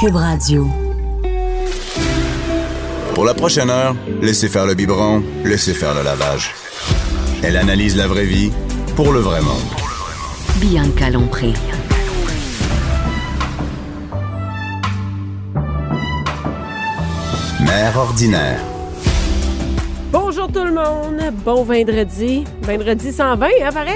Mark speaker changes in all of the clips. Speaker 1: Cube Radio.
Speaker 2: Pour la prochaine heure, laissez faire le biberon, laissez faire le lavage. Elle analyse la vraie vie pour le vrai monde.
Speaker 1: Bianca Lompré.
Speaker 2: Mère ordinaire.
Speaker 3: Bonjour tout le monde, bon vendredi. Vendredi 120, hein, pareil.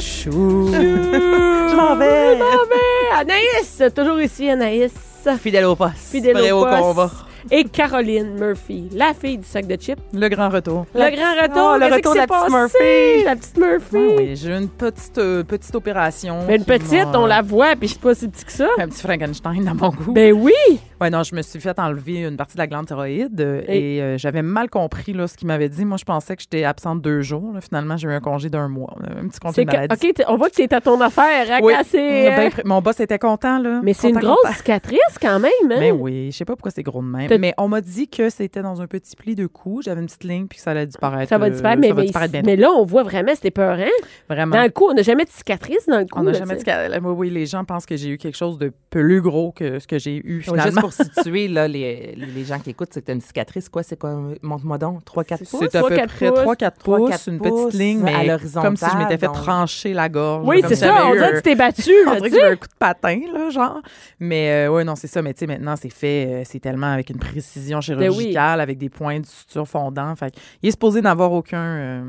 Speaker 4: Chou.
Speaker 3: Je
Speaker 4: m'en vais.
Speaker 3: Je m'en vais. Anaïs, toujours ici, Anaïs.
Speaker 4: Fidèle au poste.
Speaker 3: Fidèle
Speaker 4: Prêt
Speaker 3: au poste.
Speaker 4: combat.
Speaker 3: Et Caroline Murphy, la fille du sac de chips.
Speaker 4: Le grand retour.
Speaker 3: Le grand retour,
Speaker 4: Oh, le
Speaker 3: qu'est-ce
Speaker 4: retour
Speaker 3: qui
Speaker 4: de la
Speaker 3: s'est
Speaker 4: petite
Speaker 3: passé?
Speaker 4: Murphy. Ah
Speaker 3: La petite Murphy.
Speaker 4: Oui, oui, j'ai eu une petite, euh, petite opération.
Speaker 3: Mais une
Speaker 4: qui
Speaker 3: petite,
Speaker 4: m'a-
Speaker 3: on la voit, puis je suis pas si petit que ça.
Speaker 4: Un petit Frankenstein dans mon goût.
Speaker 3: Ben oui.
Speaker 4: Ouais, non, je me suis fait enlever une partie de la glande thyroïde euh,
Speaker 3: Et-
Speaker 4: et, euh, j'avais mal compris là, ce qu'il m'avait dit. Moi, je pensais que j'étais absente deux jours. là. Finalement, j'ai eu un congé d'un mois. là, Un petit congé
Speaker 3: C'est
Speaker 4: de
Speaker 3: que-
Speaker 4: maladie.
Speaker 3: OK, t'es- on voit que c'est à ton affaire, hein,
Speaker 4: Oui.
Speaker 3: quand c'est,
Speaker 4: Ben,
Speaker 3: euh,
Speaker 4: pr- mon boss était content. Là.
Speaker 3: Mais c'est une
Speaker 4: Content, Ben
Speaker 3: grosse
Speaker 4: content.
Speaker 3: cicatrice quand même, hein?
Speaker 4: Mais oui, je sais pas pourquoi c'est gros de même.
Speaker 3: T'as-
Speaker 4: Mais on m'a dit que c'était dans un petit pli de cou. J'avais une petite ligne puis que ça allait disparaître.
Speaker 3: Ça va
Speaker 4: euh,
Speaker 3: disparaître, mais,
Speaker 4: ça va
Speaker 3: mais-
Speaker 4: disparaître bientôt.
Speaker 3: mais là, on voit vraiment, c'était peur, hein?
Speaker 4: Vraiment.
Speaker 3: Dans le cou, on n'a jamais de cicatrice dans le cou.
Speaker 4: On n'a
Speaker 3: là,
Speaker 4: jamais
Speaker 3: tu
Speaker 4: dit
Speaker 3: sais.
Speaker 4: que oui, oui, les gens pensent que j'ai eu quelque chose de plus gros que ce que j'ai eu
Speaker 5: Donc,
Speaker 4: finalement.
Speaker 5: juste pour situer là, les, les- les gens qui écoutent, c'est que t'as une cicatrice, quoi? C'est quoi? Montre-moi donc. 3-4 pouces?
Speaker 4: C'est à
Speaker 3: Trois,
Speaker 4: peu
Speaker 3: quatre
Speaker 4: près
Speaker 3: pouces.
Speaker 4: 3-4
Speaker 5: Trois,
Speaker 4: pouces,
Speaker 5: quatre
Speaker 4: une
Speaker 5: pouces,
Speaker 4: petite ligne,
Speaker 5: à
Speaker 4: mais
Speaker 5: l'horizontale,
Speaker 4: comme si je m'étais fait
Speaker 5: donc.
Speaker 4: trancher la gorge.
Speaker 3: Oui,
Speaker 4: comme
Speaker 3: c'est
Speaker 4: si
Speaker 3: ça.
Speaker 4: j'avais
Speaker 3: On
Speaker 4: eu
Speaker 3: dirait que
Speaker 4: un-
Speaker 3: tu t'es battu.
Speaker 4: on
Speaker 3: là,
Speaker 4: dirait
Speaker 3: tu
Speaker 4: que j'ai eu
Speaker 3: sais.
Speaker 4: un coup de patin, là, genre. Mais oui, ouais, non, c'est ça. Mais tu sais, maintenant, c'est fait. euh, c'est tellement avec une précision
Speaker 5: Ben
Speaker 3: oui.
Speaker 4: chirurgicale, avec des points de suture fondant. Fait que il est supposé n'avoir aucun. euh,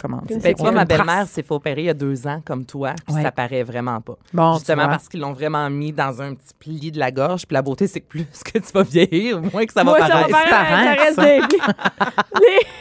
Speaker 4: comment dire,
Speaker 5: Fait que moi,
Speaker 4: aucune
Speaker 5: Ben, ma
Speaker 4: trace.
Speaker 5: belle-mère s'est fait opérer il y a deux ans, comme toi, puis
Speaker 4: Ouais.
Speaker 5: ça paraît vraiment pas.
Speaker 4: Bon, tu
Speaker 5: Justement
Speaker 4: vois.
Speaker 5: parce qu'ils l'ont vraiment mis dans un petit pli de la gorge, puis la beauté, c'est que plus que tu vas vieillir, moins que ça va
Speaker 3: Moi, ça
Speaker 5: paraître.
Speaker 3: va
Speaker 4: paraître,
Speaker 3: paraître, ça reste des-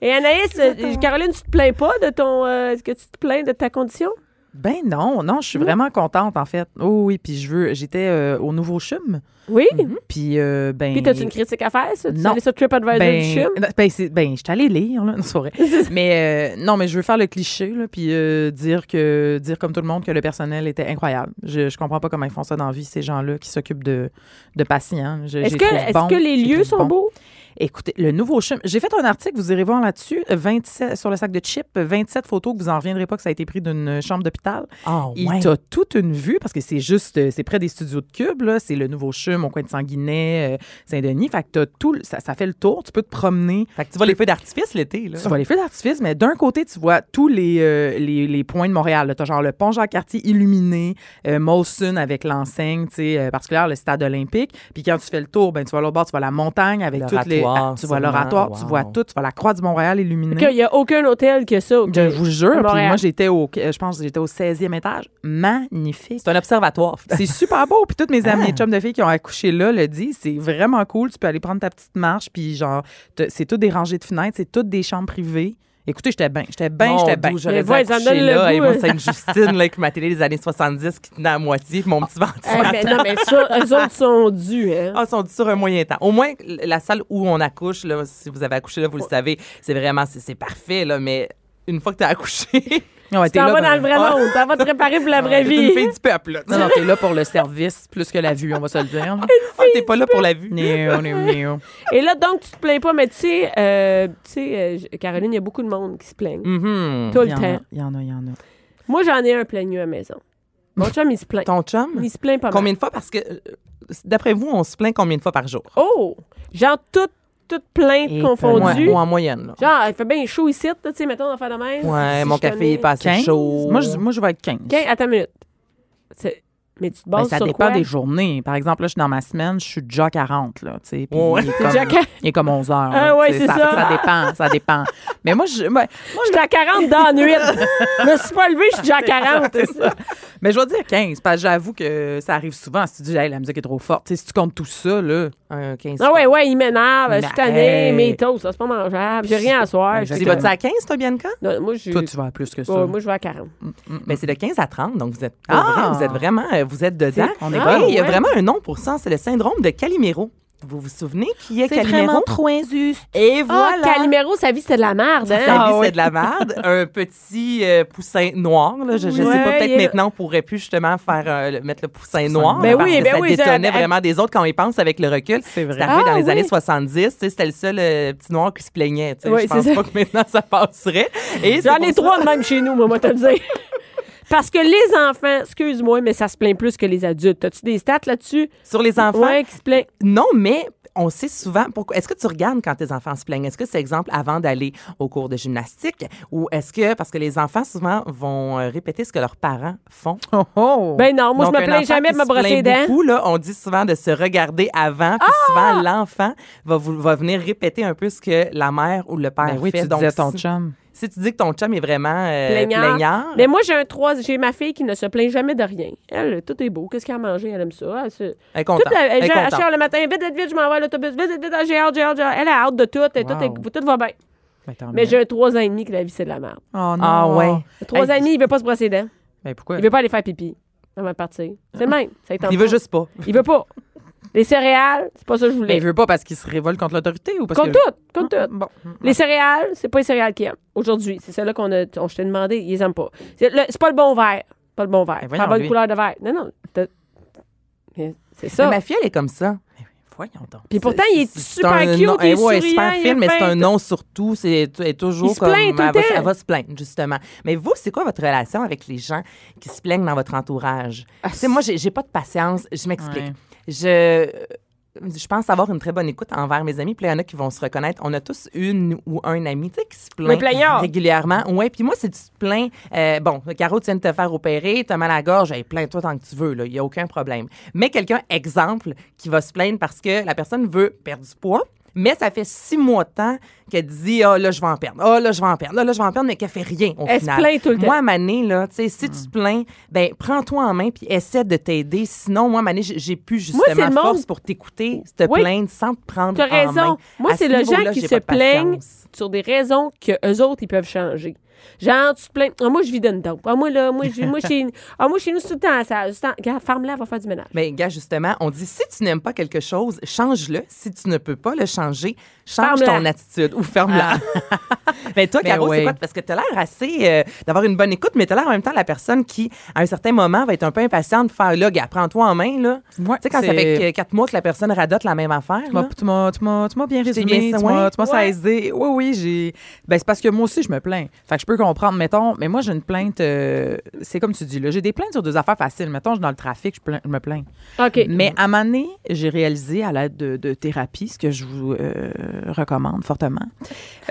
Speaker 3: Les- Et Anaïs, euh, Caroline, tu te plains pas de ton. euh, Est-ce que tu te plains de ta condition?
Speaker 4: Ben non, non, je suis vraiment contente en fait. Oh oui, puis je veux, j'étais euh, au nouveau chum,
Speaker 3: Oui.
Speaker 4: puis euh, ben.
Speaker 3: Mhm. Puis, t'as-tu une critique à faire? Ça? Tu
Speaker 4: Non.
Speaker 3: allais sur TripAdvisor
Speaker 4: ben,
Speaker 3: du chum?
Speaker 4: non, ben, c'est- ben, je suis allée lire, là, non, c'est vrai. mais euh, non, mais je veux faire le cliché, là, puis euh, dire que dire comme tout le monde que le personnel était incroyable. Je, je comprends pas comment ils font ça dans la vie, ces gens-là qui s'occupent de, de patients. Je- je
Speaker 3: Est-ce
Speaker 4: les
Speaker 3: que,
Speaker 4: trouve
Speaker 3: est-ce
Speaker 4: bons,
Speaker 3: que
Speaker 4: je
Speaker 3: les lieux
Speaker 4: trouve
Speaker 3: sont
Speaker 4: bons.
Speaker 3: beaux?
Speaker 4: Écoutez, le nouveau chum. J'ai fait un article, vous irez voir là-dessus, 27 sur le sac de chips, 27 photos que vous en reviendrez pas que ça a été pris d'une chambre d'hôpital.
Speaker 5: Ah,
Speaker 4: Il
Speaker 5: ouais.
Speaker 4: t'a toute une vue parce que c'est juste, euh, c'est près des studios de Cube, là. C'est le nouveau chum au coin de Sanguinet, euh, Saint-Denis. Fait que t'as tout, le- ça, ça fait le tour. Tu peux te promener.
Speaker 5: Fait que tu vois les feux d'artifice l'été, là.
Speaker 4: Tu vois les feux d'artifice, mais d'un côté, tu vois tous les, euh, les, les points de Montréal. là. T'as genre le pont Jean-Cartier illuminé, euh, Molson avec l'enseigne, tu sais, euh, particulière, le stade olympique. Puis quand tu fais le tour, ben, tu vois l'autre bord, tu vois la montagne avec toutes les.
Speaker 5: L'oratoire,
Speaker 4: ah, tu vois
Speaker 5: sûrement.
Speaker 4: l'oratoire, tu
Speaker 5: Wow.
Speaker 4: vois tout, tu vois la croix du Montréal illuminée.
Speaker 3: Qu'il n'y a aucun hôtel que ça. ok. Eh,
Speaker 4: Je vous
Speaker 3: À
Speaker 4: jure. Puis
Speaker 3: Montréal.
Speaker 4: moi, j'étais au, je pense, que j'étais au 16e étage. Magnifique.
Speaker 5: C'est un observatoire.
Speaker 4: C'est super beau. Puis toutes mes
Speaker 3: Hein?
Speaker 4: amies et chums de filles qui ont accouché là le disent. C'est vraiment cool. Tu peux aller prendre ta petite marche. Puis genre, t'as- c'est tout des rangées de fenêtres. C'est toutes des chambres privées. Écoutez, j'étais bien. J'étais
Speaker 5: Ben,
Speaker 4: bien, j'étais bien.
Speaker 3: Mais
Speaker 5: J'aurais dû
Speaker 3: ouais, ça donne
Speaker 5: accoucher
Speaker 3: le
Speaker 5: là,
Speaker 3: goût,
Speaker 5: et moi,
Speaker 3: hein.
Speaker 5: Sainte-Justine, là, avec ma télé des années 70 qui tenait à moitié, puis mon petit
Speaker 3: Eh,
Speaker 5: ventilateur.
Speaker 3: mais non, mais ça, eux autres sont dus. Hein?
Speaker 5: Ah, ils sont sur un moyen temps. Au moins, l- la salle où on accouche, là, si vous avez accouché, là, vous le savez, c'est vraiment, c'est c'est parfait, là, mais une fois que t'as accouché,
Speaker 4: Ouais,
Speaker 3: Tu t'en
Speaker 4: là
Speaker 3: vas
Speaker 4: dans- Ah,
Speaker 3: dans le vrai
Speaker 5: Ah.
Speaker 3: monde. T'en vas te préparer pour la vraie
Speaker 5: t'es une
Speaker 3: vie.
Speaker 5: fille du peuple, là.
Speaker 4: Non, non, t'es là pour le service plus que la vue, on va se le dire. là.
Speaker 5: Ah, t'es pas là pour la vue.
Speaker 4: Néo, néo, néo.
Speaker 3: Et là, donc, tu te plains pas, mais tu sais, euh, tu sais, euh, j- Caroline, il y a beaucoup de monde qui se plaignent.
Speaker 5: Mhm.
Speaker 3: Tout
Speaker 4: Mm. Il
Speaker 3: le
Speaker 4: y en a,
Speaker 3: temps.
Speaker 4: il y en a, il y en a.
Speaker 3: Moi, j'en ai un plaigneux à la maison. Mon chum, il se plaint.
Speaker 5: Ton chum,
Speaker 3: Il se plaint pas mal.
Speaker 5: combien de fois? Parce que, euh, d'après vous, on se plaint combien de fois par jour?
Speaker 3: Oh! Genre, toutes toutes plaintes
Speaker 4: Et
Speaker 5: Moi,
Speaker 3: confondues.
Speaker 5: moi, en moyenne, là.
Speaker 3: Genre, il fait bien chaud ici, là, tu sais, mettons, on va faire de même.
Speaker 5: Ouais,
Speaker 3: Si
Speaker 5: mon
Speaker 3: je connais-
Speaker 5: café est pas assez
Speaker 4: 15?
Speaker 5: chaud.
Speaker 3: Oh.
Speaker 4: Moi, je, moi, je vais être 15.
Speaker 3: OK, attends une minute. C'est- Mais tu te
Speaker 4: Ben,
Speaker 3: bases
Speaker 4: ça
Speaker 3: sur
Speaker 4: dépend
Speaker 3: quoi?
Speaker 4: des journées. Par exemple, là, je suis dans ma semaine, je suis déjà 40, là, tu sais. puis
Speaker 5: Ouais.
Speaker 4: il est
Speaker 3: C'est
Speaker 4: comme-
Speaker 3: déjà quand-
Speaker 4: Il est comme 11 heures.
Speaker 3: Ah
Speaker 4: là,
Speaker 3: ouais,
Speaker 4: tu sais,
Speaker 3: c'est ça.
Speaker 4: Ça dépend, ça dépend. Mais moi, je, ben,
Speaker 3: Moi, j'étais à 40 dans la nuit. je me suis pas levée, je suis déjà à 40.
Speaker 4: Mais je vais dire 15, parce que j'avoue que ça arrive souvent. Si tu dis, hey, la musique est trop forte, Tu sais, si tu comptes tout ça, là,
Speaker 5: un 15
Speaker 3: Ah ouais, ouais, il m'énerve. Je suis
Speaker 4: Ben,
Speaker 5: Mais
Speaker 3: tannée.
Speaker 5: hey.
Speaker 3: Mes toasts, ça, c'est pas mangeable. J'ai rien à soir.
Speaker 5: Tu y
Speaker 4: Exactement.
Speaker 5: vas-tu à 15, toi, Bianca?
Speaker 3: Non, moi, je
Speaker 4: Toi, tu vas à plus que ça.
Speaker 3: Ouais, moi, je vais à 40.
Speaker 5: Ben,
Speaker 3: Mm.
Speaker 5: c'est de 15 à 30, donc vous êtes, pour
Speaker 4: Ah!
Speaker 5: vrai, vous êtes vraiment, euh, vous êtes dedans.
Speaker 4: C'est- on est
Speaker 5: Et
Speaker 4: bon.
Speaker 5: il y a
Speaker 3: Ouais.
Speaker 5: vraiment un nom pour ça, c'est le syndrome de Calimero. Vous vous souvenez qui est Calimero?
Speaker 1: trop injuste.
Speaker 5: Et
Speaker 3: Ah,
Speaker 5: voilà!
Speaker 3: Calimero, sa vie, c'était de la merde. Hein?
Speaker 5: Sa vie,
Speaker 3: Ah, ouais.
Speaker 5: c'est de la merde. un petit euh, poussin noir. Là. Je, je
Speaker 3: Ouais,
Speaker 5: sais pas, peut-être
Speaker 3: il est-
Speaker 5: maintenant, on pourrait plus justement faire euh, le- mettre le poussin noir.
Speaker 3: Ben
Speaker 5: parce
Speaker 3: oui,
Speaker 5: que
Speaker 3: ben
Speaker 5: ça
Speaker 3: oui, ça-
Speaker 5: détonnait
Speaker 3: elle-
Speaker 5: vraiment des autres quand on y pense avec le recul.
Speaker 4: C'est vrai.
Speaker 5: C'est arrivé
Speaker 3: Ah,
Speaker 5: dans les
Speaker 3: oui.
Speaker 5: années 70. tu sais, C'était le seul euh, petit noir qui se plaignait. tu sais.
Speaker 3: Ouais,
Speaker 5: je pense
Speaker 3: c'est ça.
Speaker 5: pas que maintenant, ça passerait. Et c'est
Speaker 3: J'en
Speaker 5: pour
Speaker 3: ai
Speaker 5: ça-
Speaker 3: trois de même chez nous, moi, moi, te le dire. Parce que les enfants, excuse-moi, mais ça se plaint plus que les adultes. As-tu des stats là-dessus?
Speaker 5: Sur les enfants,
Speaker 3: Ouais, qui se plaint.
Speaker 5: Non, mais on sait souvent pourquoi. Est-ce que tu regardes quand tes enfants se plaignent? Est-ce que c'est exemple avant d'aller au cours de gymnastique? Ou est-ce que, parce que les enfants souvent vont euh, répéter ce que leurs parents font.
Speaker 4: Oh, oh.
Speaker 3: Ben non, moi,
Speaker 5: Donc,
Speaker 3: je me
Speaker 5: un
Speaker 3: plains
Speaker 5: enfant
Speaker 3: jamais
Speaker 5: qui
Speaker 3: de me
Speaker 5: se
Speaker 3: brosser les
Speaker 5: plaint
Speaker 3: dents. Ah!
Speaker 5: beaucoup, là, on dit souvent de se regarder avant, puis souvent l'enfant va, vous- va venir répéter un peu ce que la mère ou le père
Speaker 4: Ben oui,
Speaker 5: fait.
Speaker 4: tu disais ton
Speaker 5: si,
Speaker 4: chum.
Speaker 5: si tu dis que ton chum est vraiment euh,
Speaker 3: Plaignard.
Speaker 5: plaignard,
Speaker 3: Mais moi, j'ai un trois, j'ai ma fille qui ne se plaint jamais de rien. Elle, tout est beau. Qu'est-ce qu'elle a mangé? Elle aime ça. Elle, se-
Speaker 5: elle est
Speaker 3: Toute
Speaker 5: contente.
Speaker 3: la-
Speaker 5: elle est
Speaker 3: j'ai-
Speaker 5: contente.
Speaker 3: à Charles le matin, vite, vite, vite, je m'en vais à l'autobus, vite, vite, vite, j'ai hâte, j'ai hâte, j'ai hâte. Elle a hâte de tout, et tout,
Speaker 4: Wow.
Speaker 3: est- tout va bien.
Speaker 4: Ben, tant
Speaker 3: Mais
Speaker 4: mieux.
Speaker 3: j'ai un trois ans et demi que la vie, c'est de la merde.
Speaker 4: Oh, non.
Speaker 5: Ah ouais.
Speaker 3: Le Trois
Speaker 5: Hey.
Speaker 3: ans et demi, il veut pas se brosser les dents.
Speaker 4: Ben pourquoi?
Speaker 3: Il veut pas aller faire pipi avant de partir. C'est le même. Ça lui tente
Speaker 5: Ah. Il veut
Speaker 3: pas.
Speaker 5: juste pas.
Speaker 3: Il veut pas. Les céréales, c'est pas ça que je
Speaker 4: Ben,
Speaker 3: voulais.
Speaker 4: il veut pas parce qu'il se révolte contre l'autorité ou parce
Speaker 3: Comme
Speaker 4: que...
Speaker 3: tout, comme
Speaker 5: Mm,
Speaker 3: tout.
Speaker 4: Bon.
Speaker 3: Les céréales, c'est pas les céréales qu'il aime. Aujourd'hui, c'est celle-là qu'on a, on, je t'ai demandé, ils les aiment pas. C'est le- c'est pas le bon verre. Pas le bon verre. Pas
Speaker 5: Ben voyons,
Speaker 3: la bonne
Speaker 5: lui.
Speaker 3: couleur de verre. Non, non. t'as- Mais C'est
Speaker 5: Mais
Speaker 3: ça.
Speaker 5: ma fille, elle est comme ça. Mais Voyons donc.
Speaker 3: Puis pourtant,
Speaker 5: C'est-
Speaker 3: il est
Speaker 5: c'est-
Speaker 3: super
Speaker 5: c'est un
Speaker 3: cute,
Speaker 5: nom- Eh
Speaker 3: il est
Speaker 5: ouais,
Speaker 3: souriant,
Speaker 5: super
Speaker 3: il est
Speaker 5: fine, mais c'est
Speaker 3: fin,
Speaker 5: un
Speaker 3: tout.
Speaker 5: nom surtout. C'est elle est toujours
Speaker 3: Il se
Speaker 5: comme. ah,
Speaker 3: plaint tout le
Speaker 5: elle, va, se-
Speaker 3: temps.
Speaker 5: elle va se plaindre, justement. Mais vous, c'est quoi votre relation avec les gens qui se plaignent dans votre entourage?
Speaker 3: Ah,
Speaker 5: tu sais, moi, j'ai j'ai pas de patience. Je m'explique.
Speaker 4: Ouais.
Speaker 5: Je. Je pense avoir une très bonne écoute envers mes amis. Puis là, il y en a qui vont se reconnaître. On a tous une ou un ami, tu sais, qui se
Speaker 3: Le
Speaker 5: plaint
Speaker 3: plaignard.
Speaker 5: régulièrement. Ouais, puis moi, c'est du plein. Euh, bon, Caro, tu viens de te faire opérer, t'as mal à la gorge, hey, plains-toi tant que tu veux, là, il n'y a aucun problème. Mais quelqu'un, exemple, qui va se plaindre parce que la personne veut perdre du poids, mais ça fait six mois de temps qu'elle dit, ah là, je vais en perdre, ah là, je vais en perdre, ah là, je vais en perdre, mais qu'elle fait rien au
Speaker 3: Elle se
Speaker 5: final.
Speaker 3: plaint tout le temps. Mm.
Speaker 5: Moi, à Mané, là, tu sais, si tu te plains, ben, prends-toi en main puis essaie de t'aider. Sinon, moi, à Mané, j'ai- j'ai plus justement
Speaker 3: c'est le
Speaker 5: force
Speaker 3: monde-
Speaker 5: pour t'écouter, te
Speaker 3: Oui.
Speaker 5: plaindre sans te prendre
Speaker 3: T'as
Speaker 5: en main.
Speaker 3: raison. Moi,
Speaker 5: À
Speaker 3: c'est
Speaker 5: ce
Speaker 3: le gens
Speaker 5: niveau-là,
Speaker 3: qui
Speaker 5: j'ai
Speaker 3: se
Speaker 5: pas de
Speaker 3: plaignent
Speaker 5: patience.
Speaker 3: sur des raisons que eux autres, ils peuvent changer. Genre, tu te plains. Ah, moi, je vis d'une taupe. Ah, moi, là, moi, je, moi, chez, ah, moi, chez nous, c'est tout le temps ça. Tout le temps- Regarde, ferme-la, va faire du ménage.
Speaker 5: Mais gars, justement, on dit si tu n'aimes pas quelque chose, change-le. Si tu ne peux pas le changer, change
Speaker 3: Ferme-la. Ah,
Speaker 5: ton attitude ou ferme-la. mais toi,
Speaker 4: Ben
Speaker 5: Caro,
Speaker 4: ouais.
Speaker 5: c'est quoi? Parce que tu as l'air assez euh, d'avoir une bonne écoute, mais tu as l'air en même temps la personne qui, à un certain moment, va être un peu impatiente de faire là, gars, prends-toi en main. là.
Speaker 4: Ouais,
Speaker 5: tu sais, quand
Speaker 4: c'est-
Speaker 5: ça fait euh, quatre mois que la personne radote la même affaire.
Speaker 4: Tu m'as-
Speaker 5: là.
Speaker 4: tu m'as- tu m'as tu m'as bien
Speaker 5: t'ai
Speaker 4: résumé,
Speaker 5: bien-
Speaker 4: tu m'as
Speaker 5: ouais.
Speaker 4: tu m'as
Speaker 5: Ouais.
Speaker 4: saisi. Oui, oui, j'ai... Ben, c'est parce que moi aussi, je me plains. Fait que je peux comprendre, mettons, mais moi, j'ai une plainte... euh, c'est comme tu dis, là, j'ai des plaintes sur deux affaires faciles. Mettons, je suis dans le trafic, je, plains- je me plains.
Speaker 3: OK.
Speaker 4: Mais à ma année, j'ai réalisé à l'aide de, de thérapie, ce que je vous euh, recommande fortement.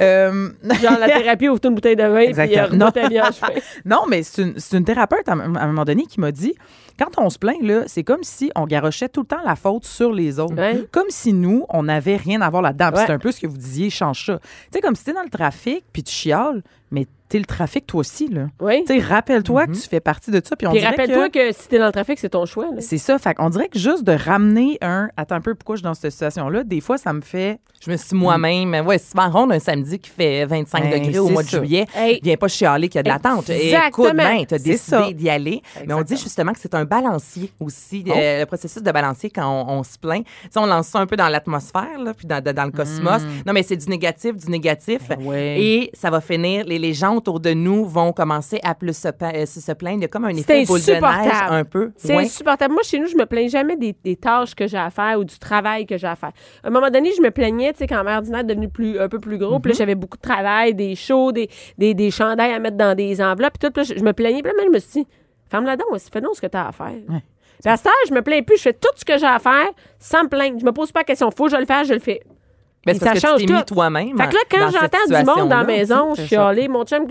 Speaker 4: Euh,
Speaker 3: Genre, la thérapie, ouvre une bouteille de vin, puis
Speaker 4: Exactement.
Speaker 3: euh, non. ta vie en chemin.
Speaker 4: non, mais c'est une, c'est une thérapeute à, m- à un moment donné qui m'a dit quand on se plaint, là, c'est comme si on garochait tout le temps la faute sur les autres.
Speaker 3: Ouais.
Speaker 4: Comme si nous, on n'avait rien à voir là-dedans. Puis
Speaker 3: Ouais.
Speaker 4: C'est un peu ce que vous disiez, change ça. Tu sais, comme si t'es dans le trafic, puis tu chiales, mais t'es le trafic toi aussi, là.
Speaker 3: Oui.
Speaker 4: Tu sais, rappelle-toi que tu fais partie de ça. Puis on
Speaker 3: Mhm. Puis
Speaker 4: dirait que-
Speaker 3: rappelle-toi que... si t'es dans le trafic, c'est ton choix. là.
Speaker 4: C'est ça. Fait qu'on dirait que juste de ramener un. Attends un peu, pourquoi je suis dans cette situation-là? Des fois, ça me fait.
Speaker 5: Je me suis moi-même, ouais, si tu vas en ronde un samedi qui fait 25
Speaker 4: Ben,
Speaker 5: degrés au
Speaker 4: c'est
Speaker 5: mois de
Speaker 4: ça.
Speaker 5: juillet,
Speaker 3: Hey.
Speaker 5: viens pas chialer qu'il y a de l'attente.
Speaker 3: Exactement.
Speaker 5: Écoute, ben, t'as
Speaker 4: C'est ça.
Speaker 5: décidé d'y aller. Mais on dit justement que c'est un balancier aussi,
Speaker 3: Oh.
Speaker 5: euh, le processus de balancier quand on, on se plaint. Tu sais, on lance ça un peu dans l'atmosphère, là, puis dans, dans- dans le cosmos.
Speaker 3: Hmm.
Speaker 5: Non, mais c'est du négatif, du négatif.
Speaker 3: Ben
Speaker 4: ouais.
Speaker 5: Et ça va finir, les, les gens autour de nous vont commencer à plus se, pa- euh, se- se plaindre. Il y a comme un
Speaker 3: C'est
Speaker 5: effet boule de neige
Speaker 3: insupportable.
Speaker 5: un peu.
Speaker 3: C'est
Speaker 5: Ouais.
Speaker 3: insupportable. Moi, chez nous, je me plains jamais des, des tâches que j'ai à faire ou du travail que j'ai à faire. À un moment donné, je me plaignais, tu sais, quand mère ordinaire est devenue plus, un peu plus gros,
Speaker 4: Mhm.
Speaker 3: puis là, j'avais beaucoup de travail, des shows, des, des, des chandails à mettre dans des enveloppes, puis tout. Puis là, je, je me plaignais. Puis là, même, je me suis dit, ferme-la dent, aussi, fais donc ce que tu as à faire. Puis à cette heure, je me plains plus. Je fais tout ce que j'ai à faire sans me plaindre. Je me pose pas la question. Faut que je le fasse, je le fais.
Speaker 5: Mais
Speaker 3: Et
Speaker 5: Ben, c'est parce
Speaker 3: ça
Speaker 5: que tu
Speaker 3: change
Speaker 5: t'es mis
Speaker 3: tout.
Speaker 5: toi-même.
Speaker 3: Fait que là,
Speaker 5: dans
Speaker 3: quand
Speaker 5: cette
Speaker 3: j'entends du monde dans la
Speaker 5: situation-là,
Speaker 3: maison, je
Speaker 5: tu sais,
Speaker 3: suis allée, mon chum,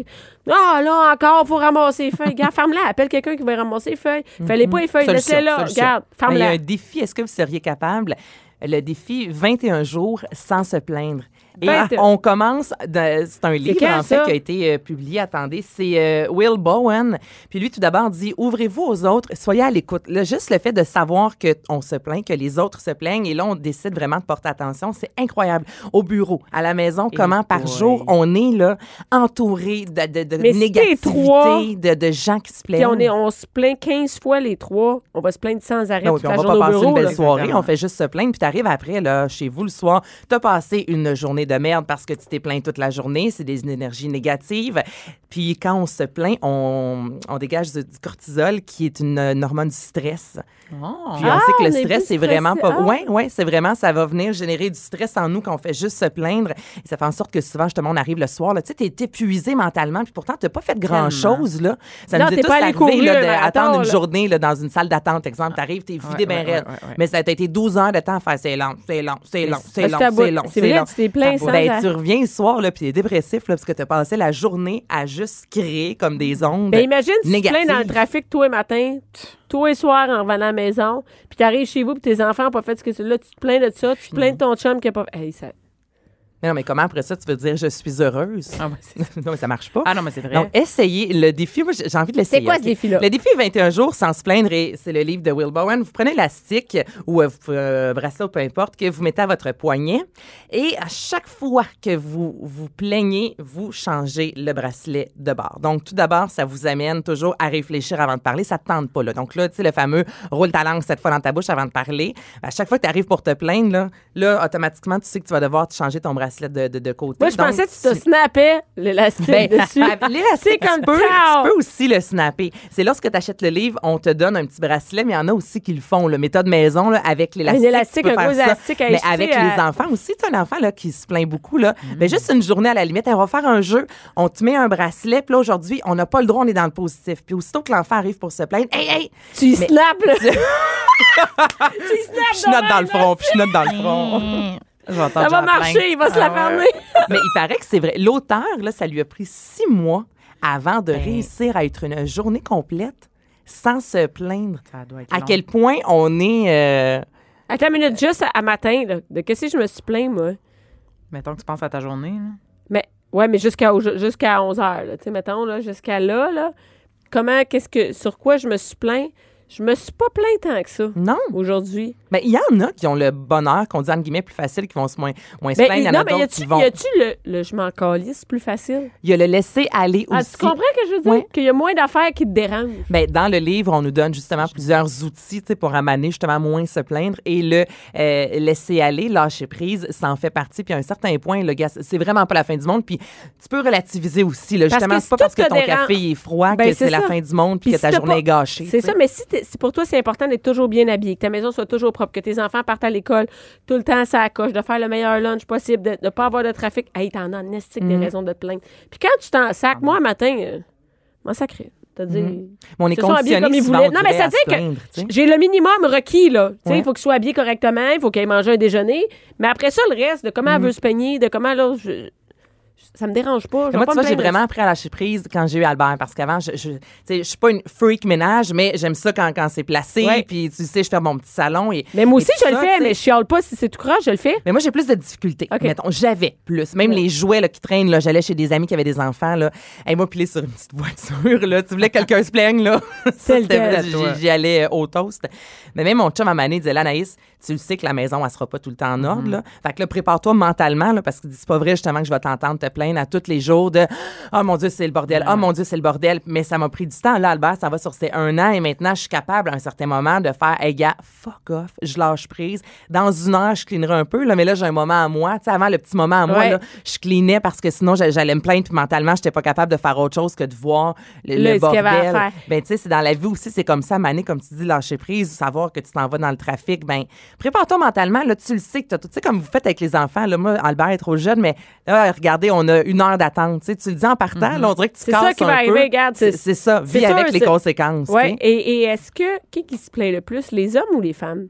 Speaker 3: ah là encore, faut ramasser les feuilles. Gars, ferme-la, appelle quelqu'un qui va ramasser les feuilles. Fais-les pas les feuilles,
Speaker 5: Mm-hmm. Solution,
Speaker 3: laissez-la.
Speaker 5: solution.
Speaker 3: Regarde,
Speaker 5: Mais il y a
Speaker 3: ferme-la.
Speaker 5: un défi. Est-ce que vous seriez capable? Le défi 21 jours sans se plaindre. Et ah,
Speaker 3: Fête.
Speaker 5: on commence, de- c'est un livre
Speaker 3: quand,
Speaker 5: en fait
Speaker 3: ça?
Speaker 5: qui a été euh, publié, attendez, c'est euh, Will Bowen. Puis lui tout d'abord dit ouvrez-vous aux autres, soyez à l'écoute. Là, juste le fait de savoir que on se plaint, que les autres se plaignent et là on décide vraiment de porter attention, c'est incroyable. Au bureau, à la maison, comment par
Speaker 4: boy.
Speaker 5: jour on est là entouré de de, de
Speaker 3: Mais si
Speaker 5: négativité,
Speaker 3: t'es trois,
Speaker 5: de, de gens qui se plaignent.
Speaker 3: Puis on, est, on se plaint 15 fois les trois. On va se plaindre sans arrêt.
Speaker 5: Non,
Speaker 3: toute
Speaker 5: Ben puis on
Speaker 3: la journée au
Speaker 5: va pas passer
Speaker 3: bureau,
Speaker 5: une belle
Speaker 3: là.
Speaker 5: soirée, on fait juste se plaindre, puis t'arrives après, là, chez vous le soir, t'as passé une journée de merde parce que tu t'es plaint toute la journée, c'est des énergies négatives. Puis quand on se plaint, on, on dégage du, du cortisol qui est une, euh, une hormone du stress. Puis
Speaker 3: Ah,
Speaker 5: on sait
Speaker 3: on est
Speaker 5: que le stress,
Speaker 3: plus
Speaker 5: c'est vraiment
Speaker 3: stressé.
Speaker 5: pas.
Speaker 3: Ah.
Speaker 5: Ouais, ouais, c'est vraiment, ça va venir générer du stress en nous quand on fait juste se plaindre. Et ça fait en sorte que souvent, justement, on arrive le soir, là, tu sais, t'es épuisé mentalement, puis pourtant, t'as pas fait grand-chose, là. Ça
Speaker 3: Non,
Speaker 5: nous est
Speaker 3: t'es
Speaker 5: tous
Speaker 3: pas allé
Speaker 5: arrivé,
Speaker 3: courir
Speaker 5: là,
Speaker 3: un marathon,
Speaker 5: d'attendre une
Speaker 3: là.
Speaker 5: journée, là, dans une salle d'attente, exemple, t'arrives, t'es vidé
Speaker 4: Ouais,
Speaker 5: ben
Speaker 4: ouais,
Speaker 5: raide.
Speaker 4: ouais, ouais, ouais.
Speaker 5: Mais ça t'a été 12 heures de temps à faire, c'est long, c'est long, c'est long, c'est
Speaker 3: Ah,
Speaker 5: long,
Speaker 3: je taboute.
Speaker 5: c'est long,
Speaker 3: C'est
Speaker 5: c'est
Speaker 3: vrai,
Speaker 5: long.
Speaker 3: tu t'es plaint sans
Speaker 5: Ben,
Speaker 3: arrêt.
Speaker 5: tu reviens le soir, là, puis t'es dépressif, là, parce que t'as passé la journée à juste créer comme des ondes.
Speaker 3: Ben imagine, tu te plains
Speaker 5: négatives.
Speaker 3: dans le trafic tous les matins, tous les soirs en revenant à la maison, puis t'arrives chez vous, puis tes enfants n'ont pas fait ce que tu là, tu te plains de ça, tu te plains de ton chum qui a pas. Hey, ça...
Speaker 5: Mais non, mais comment après ça, tu veux dire je suis heureuse?
Speaker 4: Ah, ouais, c'est-
Speaker 5: non, mais ça marche pas.
Speaker 4: Ah non, mais c'est vrai.
Speaker 5: Donc, essayez le défi. Moi, j'ai j'ai envie de l'essayer.
Speaker 3: C'est quoi ce
Speaker 5: ok?
Speaker 3: défi-là?
Speaker 5: Le défi 21 jours sans se plaindre, et c'est le livre de Will Bowen. Vous prenez l'élastique ou euh, euh, bracelet ou peu importe que vous mettez à votre poignet et à chaque fois que vous vous plaignez, vous changez le bracelet de bord. Donc, tout d'abord, ça vous amène toujours à réfléchir avant de parler. Ça ne tente pas. Là. Donc là, tu sais, le fameux roule ta langue cette fois dans ta bouche avant de parler. À chaque fois que tu arrives pour te plaindre, là, là, automatiquement, tu sais que tu vas devoir te changer ton bracelet de, de- de côté.
Speaker 3: Moi, je
Speaker 5: Donc,
Speaker 3: pensais que tu te snappais l'élastique
Speaker 5: ben,
Speaker 3: dessus.
Speaker 5: avec
Speaker 3: C'est
Speaker 5: l'élastique,
Speaker 3: comme
Speaker 5: tu peux,
Speaker 3: tao.
Speaker 5: tu peux aussi le snapper. C'est lorsque tu achètes le livre, on te donne un petit bracelet, mais il y en a aussi qui le font, le méthode maison, là, avec l'élastique.
Speaker 3: Un élastique,
Speaker 5: tu peux
Speaker 3: un
Speaker 5: faire
Speaker 3: gros
Speaker 5: ça.
Speaker 3: élastique à euh,
Speaker 5: Mais
Speaker 3: acheter
Speaker 5: avec
Speaker 3: à-
Speaker 5: les enfants aussi, tu as un enfant là, qui se plaint beaucoup. Là.
Speaker 3: Mm.
Speaker 5: Mais juste une journée, à la limite, on va faire un jeu, on te met un bracelet, puis là, aujourd'hui, on n'a pas le droit, on est dans le positif. Puis aussitôt que l'enfant arrive pour se plaindre, hey, hey,
Speaker 3: Tu y snappes, là. tu y
Speaker 5: je
Speaker 3: snappes
Speaker 5: note
Speaker 3: dans
Speaker 5: dans
Speaker 3: la-
Speaker 5: le front, puis je note dans le front.
Speaker 4: J'entends
Speaker 3: Ça va
Speaker 4: Jean
Speaker 3: marcher,
Speaker 4: Plain.
Speaker 3: il va
Speaker 5: Ah
Speaker 3: se la fermer.
Speaker 5: Mais il paraît que c'est vrai. L'auteur, là, ça lui a pris six mois avant
Speaker 3: Ben.
Speaker 5: de réussir à être une journée complète sans se plaindre.
Speaker 4: Ça doit être
Speaker 5: À
Speaker 4: long.
Speaker 5: quel point on est. euh,
Speaker 3: Attends une minute, juste à, à matin, là, de qu'est-ce que je me suis plaint, moi?
Speaker 4: Mettons que tu penses à ta journée. là.
Speaker 3: Mais, ouais, mais jusqu'à au- jusqu'à 11 heures, là, tu sais, mettons, là, jusqu'à là, là, comment, qu'est-ce que, sur quoi je me suis plaint? Je me suis pas plaint tant que ça
Speaker 5: Non.
Speaker 3: aujourd'hui.
Speaker 5: Mais Ben, il y en a qui ont le bonheur, qu'on dit en guillemets plus facile, qui vont se moins, moins se
Speaker 3: Ben,
Speaker 5: plaindre. Il y en
Speaker 3: non,
Speaker 5: a
Speaker 3: mais y
Speaker 5: d'autres
Speaker 3: a-tu
Speaker 5: qui vont.
Speaker 3: y a-tu le, le je m'en calisse plus facile?
Speaker 5: Il y a le laisser aller
Speaker 3: Ah,
Speaker 5: aussi.
Speaker 3: tu comprends ce que je veux dire?
Speaker 5: Ouais.
Speaker 3: Qu'il y a moins d'affaires qui te dérangent.
Speaker 5: Ben, dans le livre, on nous donne justement plusieurs outils tu sais, pour amener justement à moins se plaindre et le euh, laisser aller, lâcher prise, ça en fait partie. Puis à un certain point, le gars, c'est vraiment pas la fin du monde. Puis tu peux relativiser aussi. Là,
Speaker 3: Parce
Speaker 5: justement,
Speaker 3: que
Speaker 5: c'est pas
Speaker 3: si
Speaker 5: parce
Speaker 3: tout
Speaker 5: que
Speaker 3: te
Speaker 5: ton
Speaker 3: dérange-
Speaker 5: café est froid
Speaker 3: Ben,
Speaker 5: que
Speaker 3: c'est
Speaker 5: c'est la
Speaker 3: ça.
Speaker 5: fin du monde puis,
Speaker 3: Puis
Speaker 5: que
Speaker 3: si
Speaker 5: ta
Speaker 3: t'as
Speaker 5: journée
Speaker 3: pas-
Speaker 5: est gâchée.
Speaker 3: C'est
Speaker 5: tu
Speaker 3: ça,
Speaker 5: sais.
Speaker 3: mais si, t'es- si pour toi c'est important d'être toujours bien habillé, que ta maison soit toujours propre, que tes enfants partent à l'école tout le temps ça coche, de faire le meilleur lunch possible, de ne pas avoir de trafic, hey, t'en as en estique
Speaker 5: Mhm.
Speaker 3: des raisons de te plaindre. Puis quand tu t'en sacs, moi, un matin, euh, m'en sacrer. T'as dit.
Speaker 5: Mais on est
Speaker 3: Ils se sont habillés
Speaker 5: conditionné
Speaker 3: comme ils
Speaker 5: souvent,
Speaker 3: voulaient.
Speaker 5: on
Speaker 3: Non, mais
Speaker 5: dirait,
Speaker 3: ça
Speaker 5: à
Speaker 3: veut
Speaker 5: se
Speaker 3: dire
Speaker 5: plaindre,
Speaker 3: que
Speaker 5: Mhm. tu sais.
Speaker 3: j'ai le minimum requis, là. Tu sais,
Speaker 5: Ouais.
Speaker 3: Il faut qu'ils soient habillés correctement, il faut qu'ils aient mangé un déjeuner. Mais après ça, le reste, de
Speaker 5: Mhm.
Speaker 3: comment elle veut se peigner, de comment, là, je- ça me dérange pas. je vais
Speaker 5: Moi,
Speaker 3: pas
Speaker 5: tu
Speaker 3: me
Speaker 5: vois, j'ai
Speaker 3: plaindre.
Speaker 5: vraiment appris à lâcher prise quand j'ai eu Albert, parce qu'avant, je, je, tu sais, je suis pas une freak ménage, mais j'aime ça quand, quand c'est placé,
Speaker 3: Ouais.
Speaker 5: puis tu sais, je fais mon petit salon. Et,
Speaker 3: Mais moi
Speaker 5: et
Speaker 3: aussi,
Speaker 5: tout
Speaker 3: je le
Speaker 5: ça,
Speaker 3: fais,
Speaker 5: tu sais.
Speaker 3: mais je chiale pas si c'est tout croche, je le fais.
Speaker 5: Mais moi, j'ai plus de difficultés.
Speaker 3: OK.
Speaker 5: Mettons, j'avais plus. Même les jouets là, qui traînent, là, j'allais chez des amis qui avaient des enfants. Là. et moi, pilé sur une petite voiture. Là. Tu voulais que quelqu'un se plaigne. Là. Ça,
Speaker 3: C'est
Speaker 5: c'était
Speaker 3: lequel,
Speaker 5: vrai,
Speaker 4: toi?
Speaker 5: J'y j'y allais euh, au toast. Mais même mon chum à Mané disait, là, Anaïs, tu le sais que la maison, elle sera pas tout le temps en ordre. là. Fait que là, prépare-toi mentalement, là, parce que c'est pas vrai, justement, que je vais t'entendre te plaindre à tous les jours de Oh mon Dieu, c'est le bordel. Oh mon Dieu, c'est le bordel. Mais ça m'a pris du temps. Là, Albert, ça va sur ces un an et maintenant, je suis capable à un certain moment de faire Hey, gars, fuck off, je lâche prise. Dans une heure, je cleanerai un peu, là, mais là, j'ai un moment à moi. Tu sais, avant, le petit moment à moi,
Speaker 3: Ouais.
Speaker 5: là, je cleanais parce que sinon, j'a- j'allais me plaindre, puis mentalement, j'étais pas capable de faire autre chose que de voir le,
Speaker 3: Là,
Speaker 5: le
Speaker 3: ce qu'il y
Speaker 5: bordel.
Speaker 3: avait à faire.
Speaker 5: Ben, tu sais, c'est dans la vie aussi, c'est comme ça, Mané, comme tu dis, lâcher prise, savoir que tu t'en vas dans le trafic. Ben, prépare-toi mentalement. Là, tu le sais que t'as tout. Tu sais, comme vous faites avec les enfants, là, moi, Albert est trop jeune, mais là, regardez, on a une heure d'attente. Tu sais, tu le dis en partant, là, on dirait que tu
Speaker 3: Mm-hmm. C'est
Speaker 5: casses
Speaker 3: ça qui
Speaker 5: un
Speaker 3: va
Speaker 5: peu.
Speaker 3: arriver, regarde, c'est-
Speaker 5: C'est c'est ça.
Speaker 3: c'est
Speaker 5: Vis
Speaker 3: sûr,
Speaker 5: avec les
Speaker 3: c'est-
Speaker 5: conséquences.
Speaker 3: Ouais.
Speaker 5: tu sais.
Speaker 3: Et, et est-ce que qui, qui se plaint le plus, les hommes ou les femmes?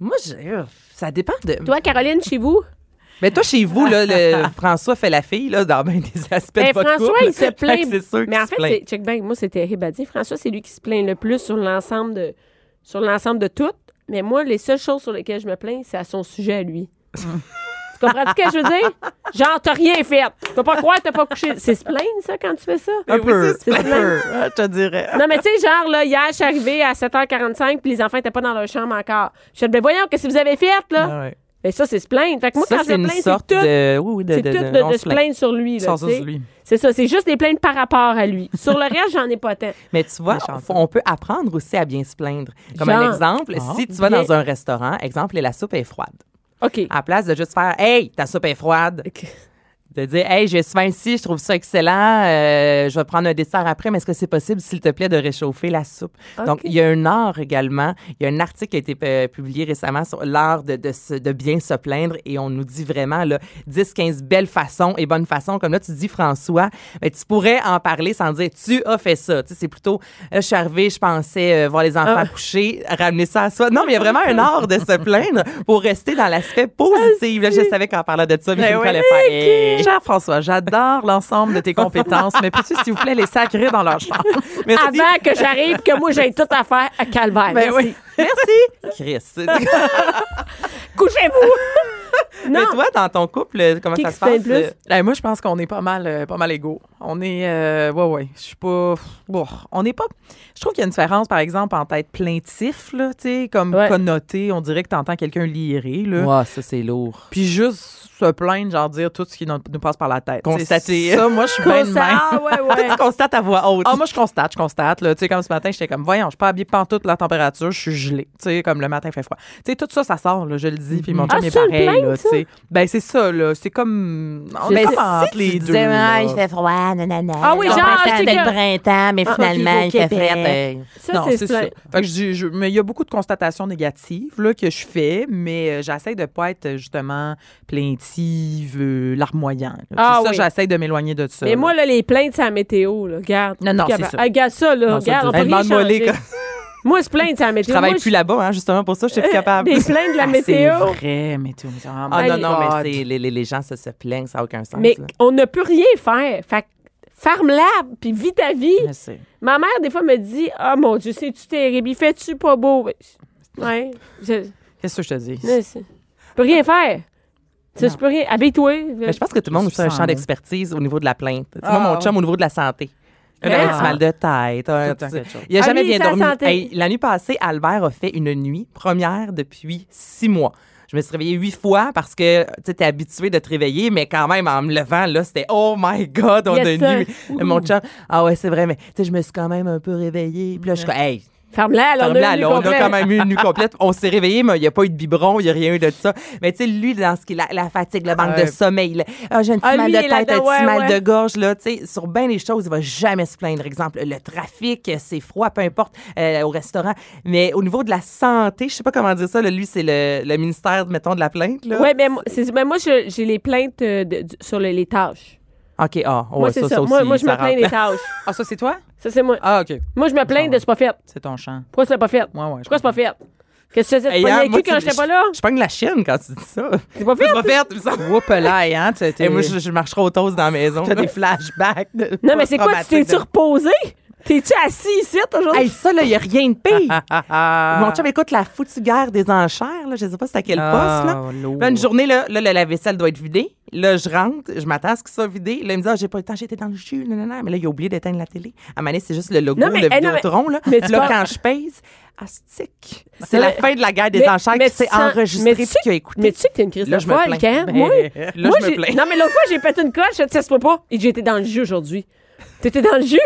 Speaker 5: Moi, j'ai- euh, ça dépend de.
Speaker 3: Toi, Caroline, chez vous?
Speaker 5: Mais toi, chez vous, là, le- François fait la fille, là, dans ben des aspects
Speaker 3: Ben,
Speaker 5: de votre
Speaker 3: François,
Speaker 5: couple.
Speaker 3: il se
Speaker 5: Fait que
Speaker 3: plaint.
Speaker 5: C'est sûr qu'il
Speaker 3: mais en
Speaker 5: se
Speaker 3: fait,
Speaker 5: plaint.
Speaker 3: c'est- check bien, moi, c'était Ribadi. François, c'est lui qui se plaint le plus sur l'ensemble de sur l'ensemble de tout. Mais moi, les seules choses sur lesquelles je me plains, c'est à son sujet à lui. tu Tu comprends ce que je veux dire? Genre, t'as rien fait. Tu peux pas croire que t'as pas couché. C'est se plaindre, ça, quand tu fais ça?
Speaker 4: Un peu,
Speaker 3: C'est
Speaker 4: un
Speaker 3: se plaindre.
Speaker 4: peu, je te dirais.
Speaker 3: Non, mais tu sais, genre, là, hier, je suis arrivée à 7h45, puis les enfants étaient pas dans leur chambre encore. Je suis ben voyons, qu'est-ce que vous avez fait, là?
Speaker 4: Ah ouais.
Speaker 3: Mais ça, c'est se plaindre. Fait que moi,
Speaker 5: ça,
Speaker 3: quand je
Speaker 5: c'est
Speaker 3: me
Speaker 5: une
Speaker 3: plains, c'est
Speaker 5: sorte
Speaker 3: tout.
Speaker 5: de. Oui, oui, de.
Speaker 3: C'est
Speaker 5: de-
Speaker 3: tout
Speaker 5: de-
Speaker 3: de,
Speaker 5: on
Speaker 3: de
Speaker 5: se
Speaker 3: se
Speaker 5: plaint.
Speaker 3: plaindre sur lui. là,
Speaker 4: Sans ça,
Speaker 3: tu sais.
Speaker 4: c'est lui.
Speaker 3: C'est ça, c'est juste des plaintes par rapport à lui. Sur le reste, j'en ai pas tant.
Speaker 5: Mais tu vois,
Speaker 4: Méchant,
Speaker 5: faut- on peut apprendre aussi à bien se plaindre. Comme
Speaker 3: Genre. Ah.
Speaker 5: un exemple, si tu vas
Speaker 3: Bien.
Speaker 5: dans un restaurant, exemple, et la soupe est froide.
Speaker 3: OK.
Speaker 5: À place de juste faire Hey, ta soupe est froide, de dire Hey, j'ai soin ici, je trouve ça excellent, euh, je vais prendre un dessert après, mais est-ce que c'est possible, s'il te plaît, de réchauffer la soupe? Donc, il y a un art également. Il y a un article qui a été euh, publié récemment sur l'art de, de, se- de bien se plaindre et on nous dit vraiment là, 10, 15 belles façons et bonnes façons. Comme là, tu dis, François, mais tu pourrais en parler sans dire tu as fait ça. Tu sais, c'est plutôt là, je suis arrivée, je pensais euh, voir les
Speaker 4: Ah.
Speaker 5: enfants coucher, ramener ça à soi. Non, mais il y a vraiment un art de se plaindre pour rester dans l'aspect positif. Là, je savais qu'en parlant de ça, mais je
Speaker 4: Ah, Ben oui.
Speaker 5: voulais faire. Hey.
Speaker 4: Cher François, j'adore l'ensemble de tes compétences, mais peux-tu, s'il vous plaît, les sacrer dans leur chambre? Merci.
Speaker 3: Avant que j'arrive, que moi, j'ai tout à faire à Calvaire.
Speaker 4: Ben
Speaker 3: Merci.
Speaker 4: oui.
Speaker 5: Merci, Chris.
Speaker 3: Couchez-vous! non!
Speaker 5: Mais toi, dans ton couple, comment
Speaker 3: Qui
Speaker 5: ça
Speaker 3: qui
Speaker 5: se
Speaker 3: se plaint
Speaker 5: passe?
Speaker 3: plus?
Speaker 5: euh,
Speaker 4: Eh, moi, je pense qu'on est pas mal, euh, pas mal égaux. On est, euh, ouais, ouais, je suis pas, bon, on n'est pas. Je trouve qu'il y a une différence, par exemple, en tête plaintif, là, tu sais, comme
Speaker 3: Ouais.
Speaker 4: connoté, on dirait que t'entends quelqu'un lirer, là.
Speaker 5: Ouais, ça, c'est lourd.
Speaker 4: Puis juste se plaindre, genre dire tout ce qui nous nous passe par la tête.
Speaker 5: Constater.
Speaker 4: C'est Ça, moi, je suis bien de
Speaker 3: Ça-
Speaker 4: même.
Speaker 3: Ah, ouais, ouais.
Speaker 5: Tu constates à voix haute.
Speaker 4: Ah, moi, je constate, je constate. Là, tu sais, comme ce matin, j'étais comme, voyons, je suis pas habillée pantoute, la température, je suis gelée. Tu sais, comme le matin fait froid. Tu sais, tout ça, ça sort, là, je le dis, puis mon chum
Speaker 3: Ah,
Speaker 4: est
Speaker 3: c'est une
Speaker 4: pareil.
Speaker 3: plainte,
Speaker 4: là, tu sais. Ben, c'est ça, là. C'est comme. On
Speaker 3: C'est-
Speaker 4: est comme
Speaker 3: si
Speaker 4: entre les deux. là.
Speaker 5: il fait froid, nanana.
Speaker 3: Ah oui,
Speaker 5: On
Speaker 3: genre,
Speaker 5: pensait
Speaker 3: je sais
Speaker 5: c'était
Speaker 3: que-
Speaker 5: le printemps, mais
Speaker 3: Ah,
Speaker 5: finalement,
Speaker 3: ok,
Speaker 5: il
Speaker 3: au
Speaker 5: fait
Speaker 3: Québec.
Speaker 5: froid.
Speaker 3: Ça, c'est se
Speaker 4: ça.
Speaker 3: plaindre.
Speaker 4: Fait que je dis- je- mais il y a beaucoup de constatations négatives là, que je fais, mais euh, j'essaie de pas être euh, justement plaintive, euh, larmoyante. là.
Speaker 3: Ah
Speaker 4: Puis ça,
Speaker 3: oui.
Speaker 4: j'essaie de m'éloigner de ça.
Speaker 3: Mais moi, là, les plaintes, c'est à la météo, là. Regarde.
Speaker 4: Non, non,
Speaker 3: Puis
Speaker 4: c'est
Speaker 3: après-
Speaker 4: ça.
Speaker 3: Ah, Regarde ça, là.
Speaker 4: Non, ça,
Speaker 3: Regarde, on
Speaker 4: c'est-
Speaker 3: peut
Speaker 4: Elle
Speaker 3: rien
Speaker 4: m'a mollé,
Speaker 3: changer.
Speaker 4: comme-
Speaker 3: Moi, se plaindre, c'est à la météo.
Speaker 5: Je travaille
Speaker 3: Moi,
Speaker 5: plus là-bas, hein, justement pour ça, je suis plus
Speaker 3: euh,
Speaker 5: capable.
Speaker 3: Des plaintes de la
Speaker 4: Ah,
Speaker 3: météo.
Speaker 4: C'est vrai, météo. mais- oh
Speaker 5: Ah
Speaker 4: my
Speaker 5: non, non,
Speaker 4: God.
Speaker 5: mais c'est- les, les, les gens se, se plaignent, ça n'a aucun sens.
Speaker 3: Mais
Speaker 5: là.
Speaker 3: on ne peut rien faire. Fait que ferme-la, puis vis ta vie.
Speaker 4: Je sais.
Speaker 3: Ma mère, des fois, me dit Ah, mon Dieu, c'est-tu terrible? Il fait-tu pas beau? Ben, je- Ouais. Je,
Speaker 4: Qu'est-ce que je te dis?
Speaker 3: je- je peux rien faire. Tu sais, je peux rien. Habille-toi.
Speaker 5: Mais je pense que tout le monde
Speaker 4: Je
Speaker 5: a un
Speaker 4: sens,
Speaker 5: champ
Speaker 4: là.
Speaker 5: d'expertise au niveau de la plainte. Tu sais,
Speaker 4: Ah,
Speaker 5: moi, mon
Speaker 4: ouais.
Speaker 5: chum, au niveau de la santé. Un
Speaker 3: Hein?
Speaker 5: petit mal de tête. un-
Speaker 4: Tout le temps
Speaker 5: tu sais,
Speaker 4: quelque chose.
Speaker 5: il n'a
Speaker 3: Ah,
Speaker 5: jamais
Speaker 3: lui,
Speaker 5: bien
Speaker 3: sa
Speaker 5: dormi.
Speaker 3: santé.
Speaker 5: Hey, la nuit passée, Albert a fait une nuit première depuis six mois. Je me suis réveillée huit fois parce que tu es habitué de te réveiller, mais quand même, en me levant, là, c'était Oh my God, on
Speaker 3: Yes,
Speaker 5: a
Speaker 3: sir.
Speaker 5: une nuit. Mon chum, ah ouais, c'est vrai, mais tu sais, je me suis quand même un peu réveillée. Puis là, je suis comme, Hey,
Speaker 3: Ferme-la, là, on
Speaker 5: Ferme-la,
Speaker 3: a eu le
Speaker 5: là, on
Speaker 3: complet.
Speaker 5: a quand même eu une nuit complète. On s'est réveillé, mais il n'y a pas eu de biberon, il n'y a rien eu de ça. Mais tu sais, lui, dans ce qui est la, la fatigue, le manque
Speaker 4: Ouais.
Speaker 5: de sommeil, là, Ah, j'ai un petit
Speaker 3: Ah,
Speaker 5: mal
Speaker 3: lui, il
Speaker 5: de
Speaker 3: est
Speaker 5: tête, un
Speaker 3: là-dedans,
Speaker 5: petit
Speaker 3: ouais,
Speaker 5: mal
Speaker 3: ouais.
Speaker 5: de gorge, là, tu sais, sur bien des choses, il va jamais se plaindre. Exemple, le trafic, c'est froid, peu importe, euh, au restaurant. Mais au niveau de la santé, je sais pas comment dire ça, là, lui, c'est le, le ministère, mettons, de la plainte, là.
Speaker 3: Oui, mais moi, c'est- mais moi, je- j'ai les plaintes euh, de- du- sur le- les tâches.
Speaker 5: OK, ah, ouais,
Speaker 3: moi,
Speaker 5: ça,
Speaker 3: c'est ça.
Speaker 5: ça aussi,
Speaker 3: Moi, moi, je
Speaker 5: ça
Speaker 3: me plains
Speaker 5: rentre.
Speaker 3: des tâches.
Speaker 4: Ah, ça, c'est toi?
Speaker 3: Ça, c'est moi.
Speaker 4: Ah, OK.
Speaker 3: Moi, je me plains de ce pas fait.
Speaker 4: C'est ton champ.
Speaker 3: Pourquoi c'est pas fait?
Speaker 4: Ouais, ouais, je
Speaker 3: Pourquoi c'est pas fait? Qu'est-ce que tu faisais? Tu
Speaker 5: Hey, hein,
Speaker 3: pognais le
Speaker 5: moi,
Speaker 3: cul quand
Speaker 5: tu-
Speaker 3: j'étais pas
Speaker 5: je-
Speaker 3: là?
Speaker 5: Je pogne la chienne quand tu dis ça.
Speaker 3: C'est pas
Speaker 5: C'est
Speaker 3: fait?
Speaker 5: pas fait, il me semble.
Speaker 4: Whoop là, hein? t'as- t'es-
Speaker 5: Et moi, je, je marcherai aux toasts dans la maison.
Speaker 4: T'as des flashbacks. de-
Speaker 3: Non, mais
Speaker 5: Ah,
Speaker 3: c'est quoi? Tu t'es-tu reposé? T'es-tu assis ici aujourd'hui?
Speaker 5: ben, Hey, ça, là, il n'y a rien de pire.
Speaker 4: Ah, ah.
Speaker 5: Mon chum écoute la foutue guerre des enchères, là. Je sais pas c'est à quel
Speaker 4: Ah,
Speaker 3: Oh,
Speaker 5: poste, là.
Speaker 4: lourd.
Speaker 5: Là, une journée, là, là, la vaisselle doit être vidée. Là, je rentre, je m'attends à ce qu'il soit vidé. Là, il me dit, ah, j'ai pas le temps, j'étais dans le jus, nanana. Mais là, il a oublié d'éteindre la télé. À Mané, c'est juste le logo,
Speaker 3: Non, mais-
Speaker 5: le
Speaker 3: hey, non, mais-
Speaker 5: Vidéotron, là.
Speaker 3: mais tu
Speaker 5: là,
Speaker 3: parles-
Speaker 5: quand je pèse, astic. C'est
Speaker 3: Mais-
Speaker 5: la fin de la guerre des
Speaker 3: Mais-
Speaker 5: enchères
Speaker 3: mais
Speaker 5: qui
Speaker 3: tu
Speaker 5: s'est
Speaker 3: sens- mais
Speaker 5: enregistrée
Speaker 3: tu
Speaker 5: puis
Speaker 3: sais-
Speaker 5: qui a écouté.
Speaker 3: Mais tu sais que t'es une crise
Speaker 5: Là,
Speaker 3: de
Speaker 5: je me
Speaker 3: folle,
Speaker 5: plains.
Speaker 3: hein?
Speaker 5: Ben,
Speaker 3: Moi,
Speaker 5: là,
Speaker 3: moi,
Speaker 5: je me
Speaker 3: j'ai-
Speaker 5: plains.
Speaker 3: Non, mais l'autre fois, j'ai pété une coche, je te pas pas. Et J'étais dans le jus aujourd'hui. T'étais dans le jus?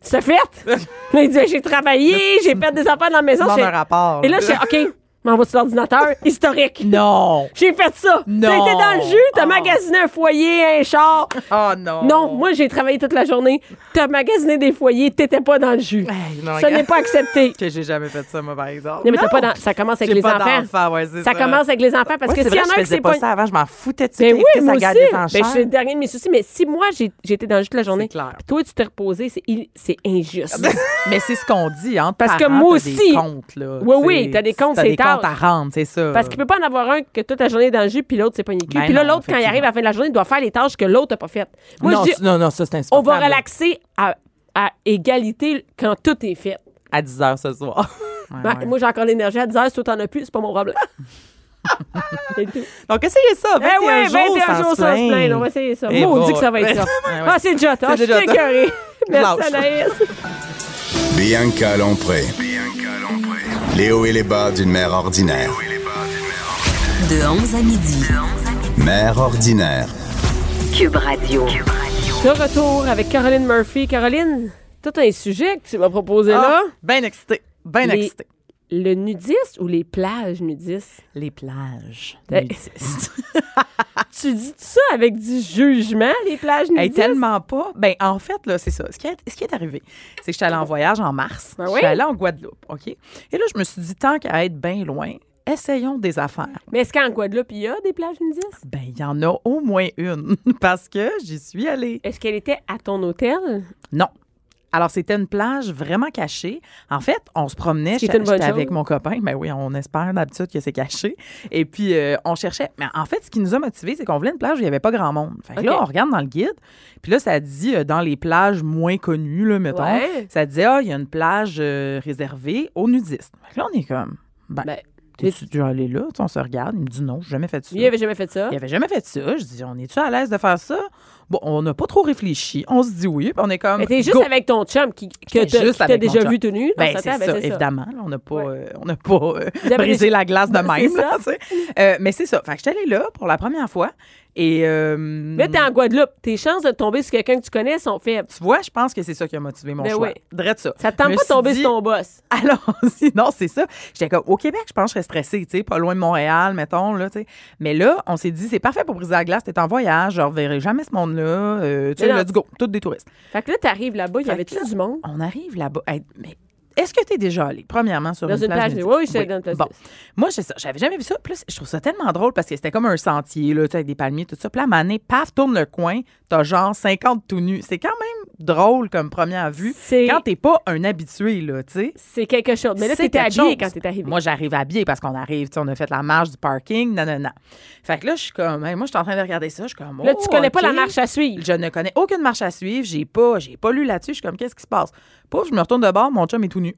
Speaker 3: C'est fait? Mais il disait, j'ai travaillé, j'ai fait des affaires dans la maison.
Speaker 4: Demande
Speaker 3: j'ai-
Speaker 4: un rapport,
Speaker 3: Et là,
Speaker 4: là.
Speaker 3: je suis OK, m'en va sur l'ordinateur, historique.
Speaker 4: Non!
Speaker 3: J'ai fait ça.
Speaker 4: Non.
Speaker 3: T'étais dans le jus, t'as
Speaker 4: Ah.
Speaker 3: magasiné un foyer, un char.
Speaker 5: Ah.
Speaker 4: Oh non!
Speaker 3: Ah, Non, moi, j'ai travaillé toute la journée. T'as magasiné des foyers, t'étais pas dans le jus.
Speaker 5: Hey, non,
Speaker 3: ça
Speaker 5: regarde.
Speaker 3: n'est pas accepté.
Speaker 4: Que j'ai jamais fait ça, moi, par exemple.
Speaker 3: Non, mais t'as pas dans- ça commence avec
Speaker 4: J'ai
Speaker 3: les
Speaker 4: pas
Speaker 3: enfants.
Speaker 4: d'enfants, ouais, c'est
Speaker 3: ça
Speaker 4: ça.
Speaker 3: commence avec les enfants parce
Speaker 5: Ouais,
Speaker 3: que
Speaker 5: c'est
Speaker 3: s'il y
Speaker 5: vrai
Speaker 3: en
Speaker 5: que
Speaker 3: a
Speaker 5: je
Speaker 3: un qui
Speaker 5: faisais
Speaker 3: c'est
Speaker 5: pas
Speaker 3: pas.
Speaker 5: ça avant, je m'en foutais de ça.
Speaker 3: Ben oui, moi
Speaker 5: sa
Speaker 3: aussi.
Speaker 5: guerre des
Speaker 3: Ben,
Speaker 5: enchères.
Speaker 3: c'est le dernier de mes soucis. Mais si moi, j'ai- j'étais dans le jus toute la journée,
Speaker 4: clair.
Speaker 3: puis toi, tu t'es reposé, c'est il- c'est
Speaker 5: Ah,
Speaker 3: injuste.
Speaker 5: ben,
Speaker 4: Mais c'est ce qu'on dit, hein?
Speaker 3: Parce que
Speaker 4: parents,
Speaker 3: moi
Speaker 4: t'as
Speaker 3: aussi-
Speaker 4: des comptes, là.
Speaker 3: Oui, oui,
Speaker 4: tu sais.
Speaker 3: t'as des comptes,
Speaker 4: T'as
Speaker 3: c'est
Speaker 4: des
Speaker 3: tard.
Speaker 4: comptes à rendre, c'est ça.
Speaker 3: Parce qu'il peut pas en avoir un que toute la journée est dans le jus, puis l'autre, c'est pas une
Speaker 4: Ben
Speaker 3: puis là,
Speaker 4: non,
Speaker 3: l'autre, quand il arrive à la fin de la journée, il doit faire les tâches que l'autre n'a pas faites. Moi,
Speaker 5: non,
Speaker 3: je dis,
Speaker 5: c'est- non, non, ça, c'est
Speaker 3: on va
Speaker 5: insupportable.
Speaker 3: relaxer à, à égalité quand tout est fait.
Speaker 5: À 10 h ce soir.
Speaker 4: Ouais,
Speaker 3: Ben,
Speaker 4: ouais.
Speaker 3: Moi, j'ai encore l'énergie à 10 heures. Si toi, t'en as plus, c'est pas mon problème. C'est tout.
Speaker 6: Donc, essayez ça. 21
Speaker 3: Eh ouais,
Speaker 6: jours
Speaker 3: 21
Speaker 6: sans
Speaker 3: jours
Speaker 6: se
Speaker 3: sans se plaindre.
Speaker 6: plaindre.
Speaker 3: On va essayer ça.
Speaker 6: Eh
Speaker 3: Maudit
Speaker 6: bon.
Speaker 3: que ça va être ça.
Speaker 6: Ouais, ouais.
Speaker 3: Ah, c'est déjà top.
Speaker 6: C'est
Speaker 3: Je suis
Speaker 6: déjà top.
Speaker 3: écœurée. Merci,
Speaker 6: Lâche.
Speaker 3: Anaïs.
Speaker 2: Bianca Lompré. Léo et les bas d'une mère ordinaire.
Speaker 7: De 11 à midi.
Speaker 2: Mère ordinaire.
Speaker 7: Cube Radio.
Speaker 3: De retour avec Caroline Murphy. Caroline, tout un sujet que tu m'as proposé
Speaker 5: Ah,
Speaker 3: là.
Speaker 6: Bien excité. Bien
Speaker 3: Les-
Speaker 6: excité.
Speaker 3: Le nudiste ou les plages nudistes?
Speaker 6: Les plages.
Speaker 3: Eh. Tu dis tout ça avec du jugement, les plages
Speaker 5: Hey,
Speaker 3: nudistes?
Speaker 5: tellement pas. Ben, en fait, là, c'est ça. Ce qui, est, ce qui est arrivé, c'est que j'étais allée en voyage en mars.
Speaker 3: Ben
Speaker 5: je
Speaker 3: oui.
Speaker 5: suis allée en Guadeloupe, OK? Et là, je me suis dit, tant qu'à être bien loin, essayons des affaires.
Speaker 3: Mais est-ce qu'en Guadeloupe, il y a des plages nudistes?
Speaker 5: Ben, il y en a au moins une parce que j'y suis allée.
Speaker 3: Est-ce qu'elle était à ton hôtel?
Speaker 5: Non. Alors, c'était une plage vraiment cachée. En fait, on se promenait.
Speaker 3: Ce qui est
Speaker 5: J'étais
Speaker 3: une bonne
Speaker 5: j'étais
Speaker 3: chose.
Speaker 5: avec mon copain. Ben oui, on espère d'habitude que c'est caché. Et puis, euh, on cherchait. Mais en fait, ce qui nous a motivés, c'est qu'on voulait une plage où il n'y avait pas grand monde. Fait que
Speaker 3: OK.
Speaker 5: là, on regarde dans le guide. Puis là, ça dit euh, dans les plages moins connues, là, mettons.
Speaker 3: Ouais.
Speaker 5: Ça disait, ah, il y a une plage euh, réservée aux nudistes. Fait que là, on est comme, ben,
Speaker 3: Ben,
Speaker 5: t'es-tu déjà allé là? Tu sais, on se regarde. Il me dit, non, j'ai jamais fait ça.
Speaker 3: Il avait jamais fait ça.
Speaker 5: Il avait jamais fait ça. Je dis, on est-tu à l'aise de faire ça? Bon, on n'a pas trop réfléchi. On se dit oui, puis on est comme.
Speaker 3: Mais t'es juste
Speaker 5: go.
Speaker 3: avec ton chum qui, que
Speaker 5: J'étais
Speaker 3: t'as-
Speaker 5: juste
Speaker 3: qui t'a
Speaker 5: avec mon
Speaker 3: déjà
Speaker 5: chum.
Speaker 3: vu tout nu. dans
Speaker 5: Ben,
Speaker 3: sa
Speaker 5: c'est
Speaker 3: table,
Speaker 5: ça,
Speaker 3: ben,
Speaker 5: évidemment. là, on n'a pas,
Speaker 3: Ouais.
Speaker 5: euh, on n'a pas euh,
Speaker 3: Vous avez
Speaker 5: brisé
Speaker 3: des-
Speaker 5: la glace de
Speaker 3: Ben, c'est
Speaker 5: même.
Speaker 3: ça.
Speaker 5: là, tu sais. Euh, mais c'est ça. Fait que j'étais allée là pour la première fois. Et euh,
Speaker 3: Là, t'es en Guadeloupe. Tes chances de tomber sur quelqu'un que tu connais sont faibles.
Speaker 5: tu vois, je pense que c'est ça qui a motivé mon
Speaker 3: Ben
Speaker 5: choix.
Speaker 3: oui.
Speaker 5: Drette ça.
Speaker 3: Ça te tente
Speaker 5: Je me
Speaker 3: pas de
Speaker 5: suis
Speaker 3: tomber
Speaker 5: dit-
Speaker 3: sur ton boss.
Speaker 5: Alors, non, c'est ça. J'étais comme, au Québec, je pense que je serais stressée, tu sais, pas loin de Montréal, mettons, là, tu sais. Mais là, on s'est dit, c'est parfait pour briser la glace, t'es en voyage, je reverrai jamais ce monde-là. euh, tu
Speaker 3: Mais
Speaker 5: sais,
Speaker 3: non.
Speaker 5: let's go, toutes des touristes.
Speaker 3: Fait que là, t'arrives là-bas, il y
Speaker 5: Fait
Speaker 3: avait-tu
Speaker 5: que là-
Speaker 3: du monde?
Speaker 5: On arrive là-bas. Hey, mais est-ce que t'es déjà allé, premièrement, sur
Speaker 3: Dans
Speaker 5: une,
Speaker 3: une plage
Speaker 5: nudiste?
Speaker 3: nudiste. Oui, oui, j'étais dans une plage
Speaker 5: Bon.
Speaker 3: nudiste.
Speaker 5: Moi, c'est ça. J'avais jamais vu ça. Plus, je trouve ça tellement drôle parce que c'était comme un sentier, là, tu sais, avec des palmiers, tout ça. Puis là, à un moment donné, paf, tourne le coin, t'as genre 50 tout nus. C'est quand même drôle comme première vue.
Speaker 3: C'est-
Speaker 5: Quand t'es pas un habitué, là, tu sais.
Speaker 3: C'est quelque chose. Mais là,
Speaker 5: C'est
Speaker 3: t'étais
Speaker 5: quelque
Speaker 3: habillé
Speaker 5: chose.
Speaker 3: quand t'es arrivé.
Speaker 5: Moi, j'arrive habillée parce qu'on arrive, tu sais, on a fait la marche du parking, non, non, non. Fait que là, je suis comme, hey, moi, je suis en train de regarder ça, je suis comme,
Speaker 3: Là,
Speaker 5: oh,
Speaker 3: tu connais pas
Speaker 5: OK.
Speaker 3: la marche à suivre.
Speaker 5: Je ne connais aucune marche à suivre, j'ai pas, j'ai pas lu là-dessus, je suis comme, qu'est-ce qui se passe? Pouf, je me retourne de bord, mon chum est tout nu.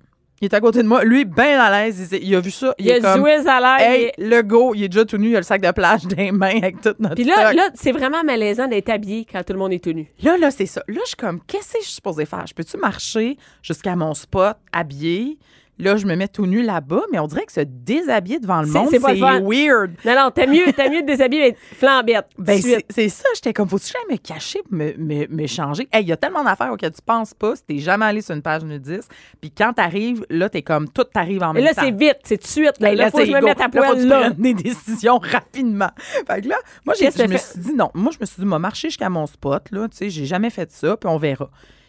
Speaker 5: Il est à côté de moi, lui, bien à l'aise, il, s'est- il a vu ça, il,
Speaker 3: Il y a
Speaker 5: est comme,
Speaker 3: du whiz à l'air. il
Speaker 5: hey,
Speaker 3: est-
Speaker 5: le go, il est déjà tout nu, il a le sac de plage dans les mains avec toute notre
Speaker 3: Puis là,
Speaker 5: stock.
Speaker 3: là c'est vraiment malaisant d'être habillé quand tout le monde est tout nu.
Speaker 5: Là, là, c'est ça. Là, je suis comme, qu'est-ce que je suis supposée faire? Je peux-tu marcher jusqu'à mon spot habillé? Là, je me mets tout nu là-bas, mais on dirait que se déshabiller devant le
Speaker 3: C'est-
Speaker 5: monde,
Speaker 3: c'est
Speaker 5: c'est
Speaker 3: pas le fun.
Speaker 5: weird.
Speaker 3: Non, non, t'as mieux, t'as mieux de déshabiller, mais flambette.
Speaker 5: Ben,
Speaker 3: suite.
Speaker 5: c'est c'est ça. J'étais comme, faut-tu jamais me cacher, pour me, me, me changer? Hey, il y a tellement d'affaires auxquelles tu penses pas si t'es jamais allé sur une page nudiste. Puis quand t'arrives, là, t'es comme, tout t'arrive en
Speaker 3: Et
Speaker 5: même
Speaker 3: là,
Speaker 5: temps.
Speaker 3: c'est vite, c'est tout de suite. Là,
Speaker 5: Hey,
Speaker 3: là, faut que
Speaker 5: c'est
Speaker 3: je me
Speaker 5: Ben, go.
Speaker 3: mette à
Speaker 5: Là, faut que
Speaker 3: poil
Speaker 5: tu
Speaker 3: là.
Speaker 5: prennes des décisions rapidement. Fait que là, moi, j'ai,
Speaker 3: Qu'est-ce que
Speaker 5: je me
Speaker 3: t'as
Speaker 5: suis dit non. Moi, je me suis dit, m'a marché jusqu'à mon spot, là. Tu sais, j'ai jamais fait ça, puis on verra.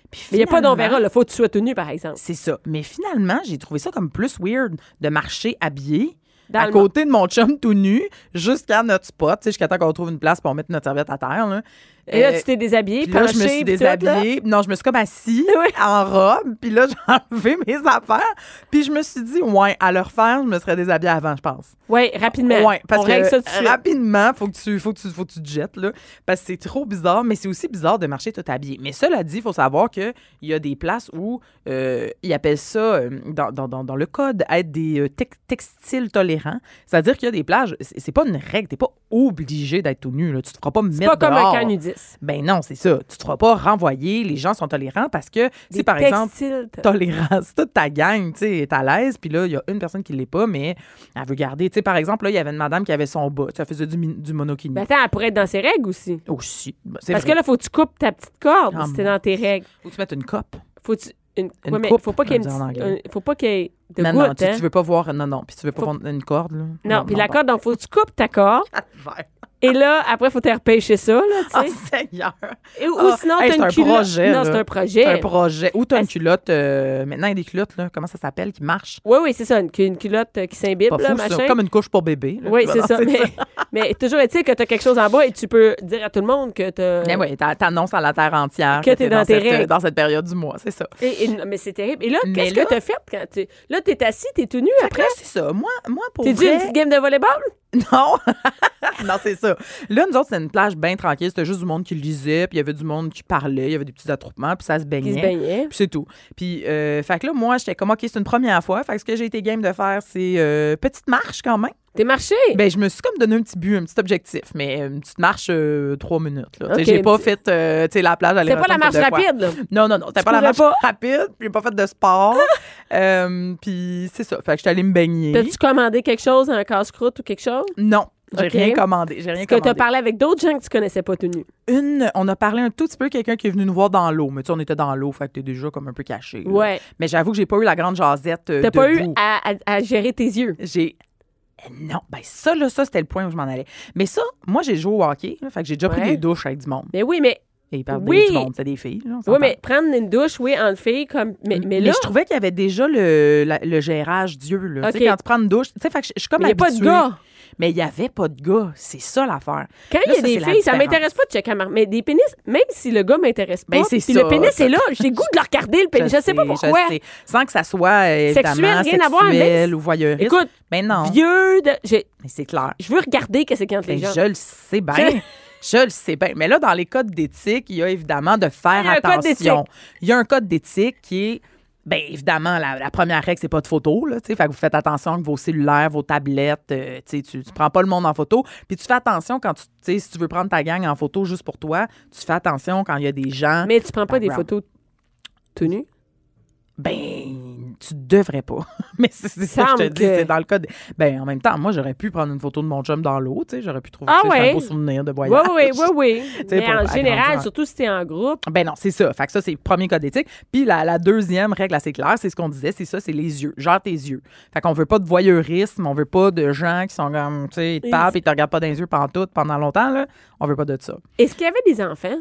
Speaker 5: Puis
Speaker 3: Mais il n'y a pas
Speaker 5: finalement-
Speaker 3: d'on verra, là. Faut que tu sois tout nu, par exemple.
Speaker 5: C'est ça. Mais finalement, j'ai trouvé ça comme plus weird de marcher habillé
Speaker 3: Dans
Speaker 5: à
Speaker 3: le-
Speaker 5: côté de mon chum tout nu jusqu'à notre spot, tu sais, jusqu'à temps qu'on trouve une place pour mettre notre serviette à terre. Là.
Speaker 3: Et là,
Speaker 5: Euh,
Speaker 3: tu t'es déshabillé,
Speaker 5: puis là, je me suis déshabillée. Non, je me suis comme assise en robe. Puis là, j'ai enlevé mes affaires. Puis je me suis dit, ouais, à leur faire, je me serais déshabillée avant, je pense.
Speaker 3: Oui, rapidement.
Speaker 5: Ouais, parce
Speaker 3: On
Speaker 5: que
Speaker 3: règle ça tout de suite.
Speaker 5: rapidement, faut que tu faut que tu faut que tu te jettes là parce que c'est trop bizarre, mais c'est aussi bizarre de marcher tout habillé. Mais cela dit, il faut savoir que il y a des places où euh, ils appellent ça euh, dans, dans, dans, dans le code être des euh, tex- textiles tolérants, c'est-à-dire qu'il y a des plages, c'est c'est pas une règle, t'es pas obligé d'être tout nu là, tu te feras pas mettre
Speaker 3: C'est pas comme
Speaker 5: dehors.
Speaker 3: un camp nudiste.
Speaker 5: Ben non, c'est ça, tu te feras pas renvoyer, les gens sont tolérants parce que si
Speaker 3: Des
Speaker 5: par exemple
Speaker 3: textiles, t'as-
Speaker 5: tolérance. Toute ta gang, tu sais, est à l'aise. Puis là, il y a une personne qui l'est pas, mais elle veut garder. Tu sais, par exemple, là, il y avait une madame qui avait son bas. Ça faisait du, min- du monokini.
Speaker 3: Ben, attends, elle pourrait être dans ses règles aussi.
Speaker 5: Aussi. Ben, c'est
Speaker 3: Parce
Speaker 5: vrai.
Speaker 3: que là, faut que tu coupes ta petite corde
Speaker 5: Ah,
Speaker 3: si t'es dans tes règles.
Speaker 5: faut que tu mettes une cope.
Speaker 3: Faut que tu- Une,
Speaker 5: Une
Speaker 3: ouais, mais
Speaker 5: coupe,
Speaker 3: faut pas qu'il y ait
Speaker 5: on dit en
Speaker 3: une petite-
Speaker 5: anglais.
Speaker 3: un- faut pas qu'il y ait de
Speaker 5: non, non,
Speaker 3: gouttes,
Speaker 5: tu,
Speaker 3: hein.
Speaker 5: tu veux pas voir. Non, non. Puis tu veux pas
Speaker 3: Faut-
Speaker 5: prendre une corde, là.
Speaker 3: Non, puis la
Speaker 5: non.
Speaker 3: corde, donc faut que tu coupes ta corde.
Speaker 5: Calvaire.
Speaker 3: Et là, après, faut te repêcher ça, là,
Speaker 5: Ah,
Speaker 3: tu sais.
Speaker 5: Seigneur!
Speaker 3: Et- Ou
Speaker 5: Ah,
Speaker 3: sinon,
Speaker 5: hey,
Speaker 3: t'as
Speaker 5: c'est
Speaker 3: une
Speaker 5: un
Speaker 3: culotte.
Speaker 5: projet,
Speaker 3: non,
Speaker 5: là.
Speaker 3: c'est un
Speaker 5: C'est un
Speaker 3: projet.
Speaker 5: projet. Ou t'as une
Speaker 3: Est-ce-
Speaker 5: culotte. euh, maintenant, il y a des culottes, là. Comment ça s'appelle? Qui marche?
Speaker 3: Oui, oui, c'est ça, une, une culotte euh, qui s'imbibe,
Speaker 5: Pas
Speaker 3: là,
Speaker 5: fou, ça.
Speaker 3: machin.
Speaker 5: Comme une couche pour bébé. là.
Speaker 3: Oui,
Speaker 5: Tu vois,
Speaker 3: c'est ça.
Speaker 5: non,
Speaker 3: Mais, mais toujours est-il que tu as quelque chose en bas et tu peux dire à tout le monde que tu
Speaker 5: Eh oui, t'a- t'annonces à la terre entière
Speaker 3: Que t'es dans tes
Speaker 5: cette,
Speaker 3: règles.
Speaker 5: dans cette période du mois, c'est ça.
Speaker 3: mais c'est terrible. Et là,
Speaker 5: Mais
Speaker 3: qu'est-ce
Speaker 5: là-
Speaker 3: que tu as fait quand tu. Là, tu es assis, tu es tout nu après.
Speaker 5: Après, c'est ça. Moi, moi pour
Speaker 3: T'es dit
Speaker 5: vrai-
Speaker 3: une petite game de volleyball?
Speaker 5: Non. non, c'est ça. Là, nous autres, c'était une plage bien tranquille. C'était juste du monde qui lisait, puis il y avait du monde qui parlait, il y avait des petits attroupements, puis ça se
Speaker 3: Qui se
Speaker 5: baignait.
Speaker 3: baignait.
Speaker 5: Puis c'est tout. Puis, euh, fait que là, moi, j'étais comme, OK, c'est une première fois. Fait que ce que j'ai été game de faire, c'est euh, petite marche quand même.
Speaker 3: T'es marché?
Speaker 5: Ben, je me suis comme donné un petit but, un petit objectif, mais euh, une petite marche euh, trois minutes. Là. T'sais,
Speaker 3: Ok,
Speaker 5: j'ai pas
Speaker 3: petit-
Speaker 5: fait euh, t'sais, la plage.
Speaker 3: c'est pas la marche rapide, là.
Speaker 5: Non, non, non. C'était pas la
Speaker 3: courais
Speaker 5: marche rapide. J'ai pas fait de sport. Euh, Puis c'est ça. Fait que j'étais allée me baigner.
Speaker 3: T'as-tu commandé quelque chose, un casse-croûte ou quelque chose?
Speaker 5: Non. J'ai
Speaker 3: Ok.
Speaker 5: rien commandé. J'ai rien
Speaker 3: Est-ce que t'as
Speaker 5: commandé.
Speaker 3: parlé avec d'autres gens que tu connaissais pas tout nu?
Speaker 5: Une, on a parlé un tout petit peu à quelqu'un qui est venu nous voir dans l'eau. Mais tu sais, on était dans l'eau, fait que t'es déjà comme un peu caché. là.
Speaker 3: Ouais.
Speaker 5: Mais j'avoue que j'ai pas eu la grande jasette. euh,
Speaker 3: T'as pas eu
Speaker 5: debout.
Speaker 3: à, à- à gérer tes yeux.
Speaker 5: J'ai. Eh Non, ben ça, là, ça, c'était le point où je m'en allais. Mais ça, moi, j'ai joué au hockey. là, fait que j'ai déjà pris
Speaker 3: Ouais.
Speaker 5: des douches avec du monde.
Speaker 3: Mais oui, mais,
Speaker 5: Et ils parlent
Speaker 3: Oui.
Speaker 5: du monde, c'est des filles. là, on
Speaker 3: oui,
Speaker 5: s'entend.
Speaker 3: mais prendre une douche, oui, en fille, comme. Mais, mais là,
Speaker 5: je trouvais qu'il y avait déjà le, la- le gérage Dieu. Là. Tu sais,
Speaker 3: Ok.
Speaker 5: quand tu prends une douche, tu sais, fait que je je suis comme
Speaker 3: il n'y a pas de
Speaker 5: habituée.
Speaker 3: gars.
Speaker 5: Mais il n'y avait pas de gars. C'est ça l'affaire.
Speaker 3: Quand il
Speaker 5: Là,
Speaker 3: y a
Speaker 5: ça,
Speaker 3: des
Speaker 5: c'est la
Speaker 3: filles, ça
Speaker 5: différence.
Speaker 3: m'intéresse pas de checker à mar- Mais des pénis, même si le gars m'intéresse pas,
Speaker 5: Ben, c'est
Speaker 3: puis
Speaker 5: ça.
Speaker 3: le pénis est là, j'ai le goût de le regarder, le pénis. Je, sais pas pourquoi.
Speaker 5: sais. Sans que ça soit euh, évidemment,
Speaker 3: Sexuel, rien à voir, mais-
Speaker 5: sexuel ou voyeuriste.
Speaker 3: Écoute,
Speaker 5: mais non,
Speaker 3: vieux, de- j'ai-
Speaker 5: mais c'est clair.
Speaker 3: je veux regarder qu'est-ce qu'il y a entre les
Speaker 5: Ben,
Speaker 3: gens.
Speaker 5: je le sais bien. Je le sais bien. Mais là, dans les codes d'éthique, il y a évidemment de faire
Speaker 3: Il y a un code
Speaker 5: attention.
Speaker 3: d'éthique.
Speaker 5: Il y a un code d'éthique qui est. Bien, évidemment, la, la première règle, c'est pas de photo. Là, tu sais. fait que vous faites attention que vos cellulaires, vos tablettes, euh, tu sais, tu tu prends pas le monde en photo. Puis tu fais attention quand tu, tu sais, si tu veux prendre ta gang en photo juste pour toi, tu fais attention quand il y a des gens.
Speaker 3: Mais tu prends pas des
Speaker 5: hein? Background.
Speaker 3: photos tout nu.
Speaker 5: Ben, tu devrais pas. Mais c'est c'est ça que je
Speaker 3: Semble
Speaker 5: te dis,
Speaker 3: que-
Speaker 5: c'est dans le code. Ben, en même temps, moi, j'aurais pu prendre une photo de mon chum dans l'eau, tu sais, j'aurais pu trouver
Speaker 3: Ah
Speaker 5: tu sais, c'est
Speaker 3: ouais.
Speaker 5: un beau souvenir de
Speaker 3: Oui,
Speaker 5: voyage.
Speaker 3: oui, oui, oui.
Speaker 5: sais,
Speaker 3: Mais
Speaker 5: pour
Speaker 3: en
Speaker 5: agrandir
Speaker 3: général,
Speaker 5: un-
Speaker 3: surtout si t'es en groupe,
Speaker 5: Ben non, c'est ça. Fait que ça, c'est le premier code éthique. Puis la, la deuxième règle assez claire, c'est ce qu'on disait, c'est ça, c'est les yeux. Genre tes yeux. Fait qu'on veut pas de voyeurisme, on veut pas de gens qui sont comme, tu sais, ils te parlent et te regardent pas dans les yeux pendant tout, pendant longtemps, là. On veut pas de ça.
Speaker 3: est-ce qu'il y avait des enfants?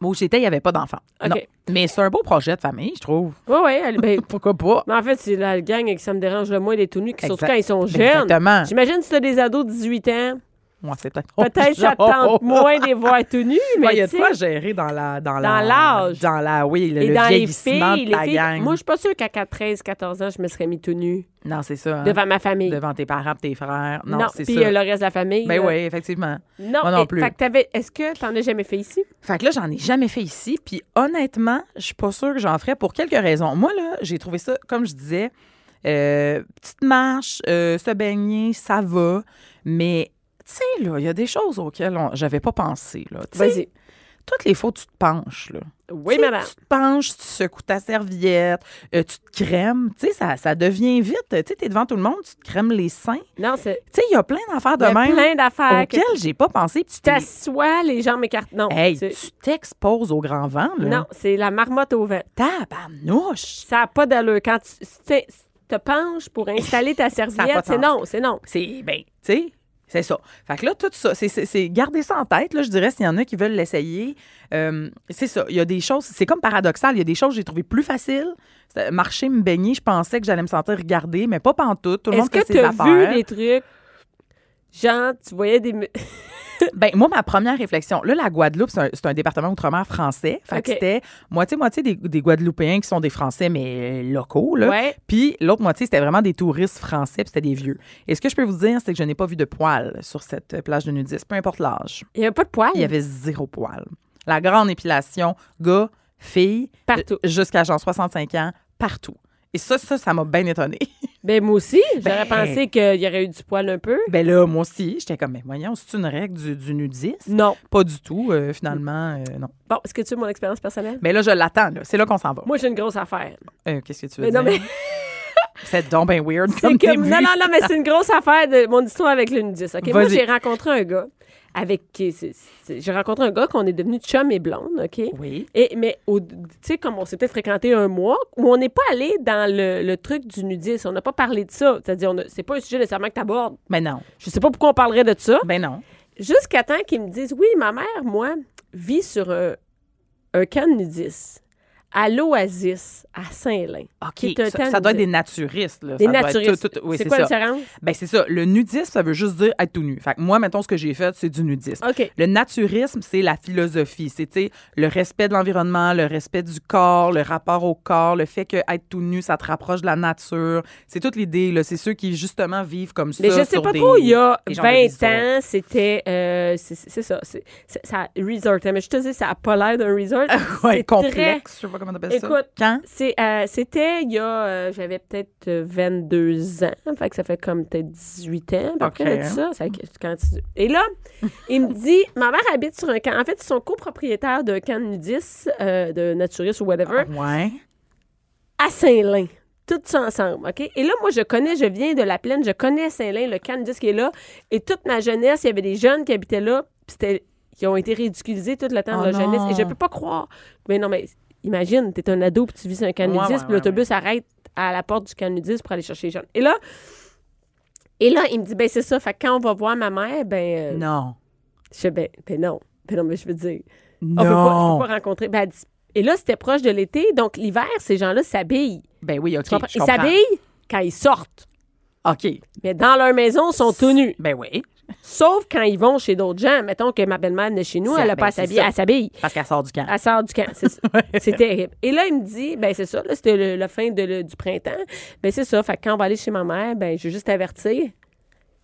Speaker 5: Moi, où j'étais, il y avait pas d'enfants.
Speaker 3: OK.
Speaker 5: Non. Mais c'est un beau projet de famille, je trouve.
Speaker 3: Oui, oui. Ben,
Speaker 5: Pourquoi pas?
Speaker 3: mais en fait, c'est la gang que ça me dérange le moins, les tout nus, qui, surtout
Speaker 5: Exact-
Speaker 3: quand ils sont jeunes.
Speaker 5: Exactement.
Speaker 3: J'imagine si t'as des ados de 18 ans,
Speaker 5: Moi, c'est peut-être.
Speaker 3: peut-être ça te
Speaker 5: Oh,
Speaker 3: tente
Speaker 5: oh,
Speaker 3: moins des voir tout nu, mais
Speaker 5: Ouais, Il y a de
Speaker 3: tu
Speaker 5: quoi
Speaker 3: sais,
Speaker 5: gérer dans la dans,
Speaker 3: Dans
Speaker 5: la-
Speaker 3: l'âge.
Speaker 5: dans la oui le,
Speaker 3: Et
Speaker 5: le
Speaker 3: dans les filles,
Speaker 5: vieillissement de
Speaker 3: les
Speaker 5: ta
Speaker 3: filles,
Speaker 5: gang.
Speaker 3: moi, je suis pas sûre qu'à 4, 13, 14 ans, je me serais mis tout nu
Speaker 5: non c'est ça hein.
Speaker 3: devant ma famille.
Speaker 5: devant tes parents, tes frères non, c'est
Speaker 3: puis
Speaker 5: ça
Speaker 3: euh, le reste de la famille.
Speaker 5: ben
Speaker 3: là.
Speaker 5: oui effectivement
Speaker 3: Non,
Speaker 5: Moi non
Speaker 3: et-
Speaker 5: plus.
Speaker 3: Fait que t'avais- Est-ce que t'en as jamais fait ici?
Speaker 5: fait que là j'en ai jamais fait ici puis honnêtement je suis pas sûre que j'en ferais pour quelques raisons moi là j'ai trouvé ça comme je disais euh, petite marche euh, se baigner ça va mais tu sais là il y a des choses auxquelles on- j'avais pas pensé là Tu sais,
Speaker 3: Vas-y.
Speaker 5: toutes les fois tu te penches là
Speaker 3: Oui,
Speaker 5: Tu sais,
Speaker 3: madame.
Speaker 5: Tu te penches, tu secoues ta serviette, euh, tu te crèmes. Tu sais, ça, ça devient vite. Tu sais, t'es devant tout le monde, tu te crèmes les seins.
Speaker 3: Non, c'est
Speaker 5: Tu sais, il y a plein d'affaires de
Speaker 3: il y a
Speaker 5: même
Speaker 3: plein d'affaires. que
Speaker 5: auxquelles j'ai pas pensé. Puis tu
Speaker 3: Tu
Speaker 5: t'es-
Speaker 3: t'assois, les jambes écartées. Non,
Speaker 5: Hey,
Speaker 3: c'est-
Speaker 5: tu t'exposes au grand vent, là.
Speaker 3: non c'est la marmotte au vent.
Speaker 5: Tabarnouche!
Speaker 3: Ça n'a pas d'allure. Quand tu tu sais, te penches pour installer ta
Speaker 5: pas de
Speaker 3: serviette, c'est
Speaker 5: sens.
Speaker 3: non, c'est non.
Speaker 5: C'est, ben, tu sais, c'est ça. Fait que là, tout ça, c'est- c'est c'est- garder ça en tête, là, je dirais, s'il y en a qui veulent l'essayer. Euh, c'est ça. Il y a des choses, c'est comme paradoxal. Il y a des choses que j'ai trouvées plus faciles. C'était Marcher, me baigner, je pensais que j'allais me sentir regardée, mais pas pantoute. Tout le
Speaker 3: Est-ce
Speaker 5: monde
Speaker 3: que
Speaker 5: fait
Speaker 3: tu
Speaker 5: ses
Speaker 3: as
Speaker 5: affaires.
Speaker 3: vu des trucs, genre, tu voyais des... mu-
Speaker 5: Ben, moi, ma première réflexion, là, la Guadeloupe, c'est un, c'est un département outre-mer français. Fait que
Speaker 3: Ok.
Speaker 5: c'était moitié-moitié des, des Guadeloupéens qui sont des Français, mais euh, locaux, là.
Speaker 3: Ouais.
Speaker 5: Puis l'autre moitié, c'était vraiment des touristes français, puis c'était des vieux. Et ce que je peux vous dire, c'est que je n'ai pas vu de poils sur cette euh, plage de nudistes, peu importe l'âge.
Speaker 3: Il n'y avait pas de poils.
Speaker 5: Il y avait zéro poil. La grande épilation, gars, filles,
Speaker 3: Partout.
Speaker 5: euh, jusqu'à genre 65 ans, partout. Et ça, ça, ça m'a bien étonnée.
Speaker 3: Ben, moi aussi, j'aurais
Speaker 5: Ben-
Speaker 3: pensé qu'il y aurait eu du poil un peu.
Speaker 5: ben là, moi aussi, j'étais comme, mais voyons, c'est une règle du, du nudisme?
Speaker 3: Non.
Speaker 5: Pas du tout, euh, finalement, euh, non.
Speaker 3: Bon, est-ce que tu veux mon expérience personnelle?
Speaker 5: Mais là, je l'attends. là. C'est là qu'on s'en va.
Speaker 3: Moi, j'ai une grosse affaire.
Speaker 5: Euh, Qu'est-ce que tu veux
Speaker 3: Mais non,
Speaker 5: dire?
Speaker 3: mais
Speaker 5: C'est donc bien weird
Speaker 3: c'est
Speaker 5: comme
Speaker 3: que-
Speaker 5: début.
Speaker 3: non, non, non, mais c'est une grosse affaire de mon histoire avec le nudiste. OK? Moi,
Speaker 5: Vas-y.
Speaker 3: j'ai rencontré un gars avec qui. c'est- c'est- J'ai rencontré un gars qu'on est devenu chum et blonde, OK?
Speaker 5: Oui.
Speaker 3: Et, mais, au- tu sais, comme on s'est peut-être fréquenté un mois, où on n'est pas allé dans le, le truc du nudisme. On n'a pas parlé de ça. C'est-à-dire, on a- c'est pas un sujet nécessairement que tu abordes.
Speaker 5: Mais non.
Speaker 3: Je sais pas pourquoi on parlerait de ça.
Speaker 5: Ben non.
Speaker 3: Jusqu'à temps qu'ils me disent Oui, ma mère, moi, vit sur un, un camp de nudistes à l'Oasis, à Saint-Lin.
Speaker 5: OK.
Speaker 3: Qui est un
Speaker 5: Ça,
Speaker 3: terme
Speaker 5: ça doit être
Speaker 3: de-
Speaker 5: des naturistes. Là.
Speaker 3: Des
Speaker 5: Ça doit être
Speaker 3: naturistes.
Speaker 5: tout- tout- oui,
Speaker 3: c'est
Speaker 5: c'est
Speaker 3: quoi
Speaker 5: ça.
Speaker 3: la différence?
Speaker 5: Ben, c'est ça. Le nudisme, ça veut juste dire être tout nu. Fait que moi, mettons, ce que j'ai fait, c'est du nudisme.
Speaker 3: OK.
Speaker 5: Le naturisme, c'est la philosophie. C'est tu sais, le respect de l'environnement, le respect du corps, le rapport au corps, le fait que être tout nu, ça te rapproche de la nature. C'est toute l'idée. là. C'est ceux qui, justement, vivent comme ça.
Speaker 3: Mais je sais
Speaker 5: sur
Speaker 3: pas
Speaker 5: des-
Speaker 3: trop, il y a
Speaker 5: des gens de
Speaker 3: 20
Speaker 5: resort.
Speaker 3: ans, c'était. euh, c'est c'est ça. c'est- c'est- ça resort. hein, Mais je te dis, ça a pas l'air d'un resort.
Speaker 5: Ouais,
Speaker 3: C'est
Speaker 5: complexe.
Speaker 3: très-
Speaker 5: Je sais pas
Speaker 4: comment on appelle ça?
Speaker 3: Écoute,
Speaker 4: Quand?
Speaker 3: c'est, euh, c'était il y a, euh, j'avais peut-être euh, 22 ans, fait que ça fait comme peut-être 18 ans, à peu près,
Speaker 4: Ok. hein.
Speaker 3: de ça. Ça fait que quand tu- Et là, il me dit, ma mère habite sur un camp. En fait, ils sont copropriétaires d'un camp de nudistes, euh, de naturistes ou whatever,
Speaker 4: Ouais. Ben,
Speaker 3: à Saint-Lin. Tout ça ensemble, OK? Et là, moi, je connais, je viens de la plaine, je connais Saint-Lin, le camp de nudistes qui est là. Et toute ma jeunesse, il y avait des jeunes qui habitaient là, puis c'était qui ont été ridiculisés tout le temps
Speaker 4: Oh
Speaker 3: de leur jeunesse.
Speaker 4: non.
Speaker 3: Et je peux pas croire. Mais non, mais imagine, t'es un ado puis tu vis sur un camp
Speaker 4: Ouais,
Speaker 3: nudiste,
Speaker 4: ouais,
Speaker 3: puis
Speaker 4: ouais,
Speaker 3: l'autobus arrête à la porte du camp nudiste pour aller chercher les jeunes. Et là, et là, il me dit, ben c'est ça, fait que quand on va voir ma mère, ben, euh,
Speaker 4: Non.
Speaker 3: je fais, ben, ben non, ben non, mais je veux dire, on peut pas, je
Speaker 4: Non.
Speaker 3: peux pas rencontrer. Ben, elle dit- et là, c'était proche de l'été, donc l'hiver, ces gens-là s'habillent.
Speaker 4: Ben oui, OK.
Speaker 3: Tu comprends?
Speaker 4: je
Speaker 3: Ils
Speaker 4: comprends.
Speaker 3: s'habillent quand ils sortent.
Speaker 4: OK.
Speaker 3: Mais dans leur maison, ils sont tout nus.
Speaker 4: Ben oui.
Speaker 3: Sauf quand ils vont chez d'autres gens. Mettons que ma belle-mère venait chez nous,
Speaker 4: C'est-
Speaker 3: elle n'a
Speaker 4: ben,
Speaker 3: pas à
Speaker 4: c'est
Speaker 3: s'habiller,
Speaker 4: ça. Ah.
Speaker 3: elle s'habille.
Speaker 4: Parce qu'elle sort du camp.
Speaker 3: Elle sort du camp, c'est ça. c'est terrible. Et là, il me dit, ben c'est ça, là, c'était le- la fin de- le- du printemps. Ben c'est ça, fait que quand on va aller chez ma mère, ben je vais juste t'avertir.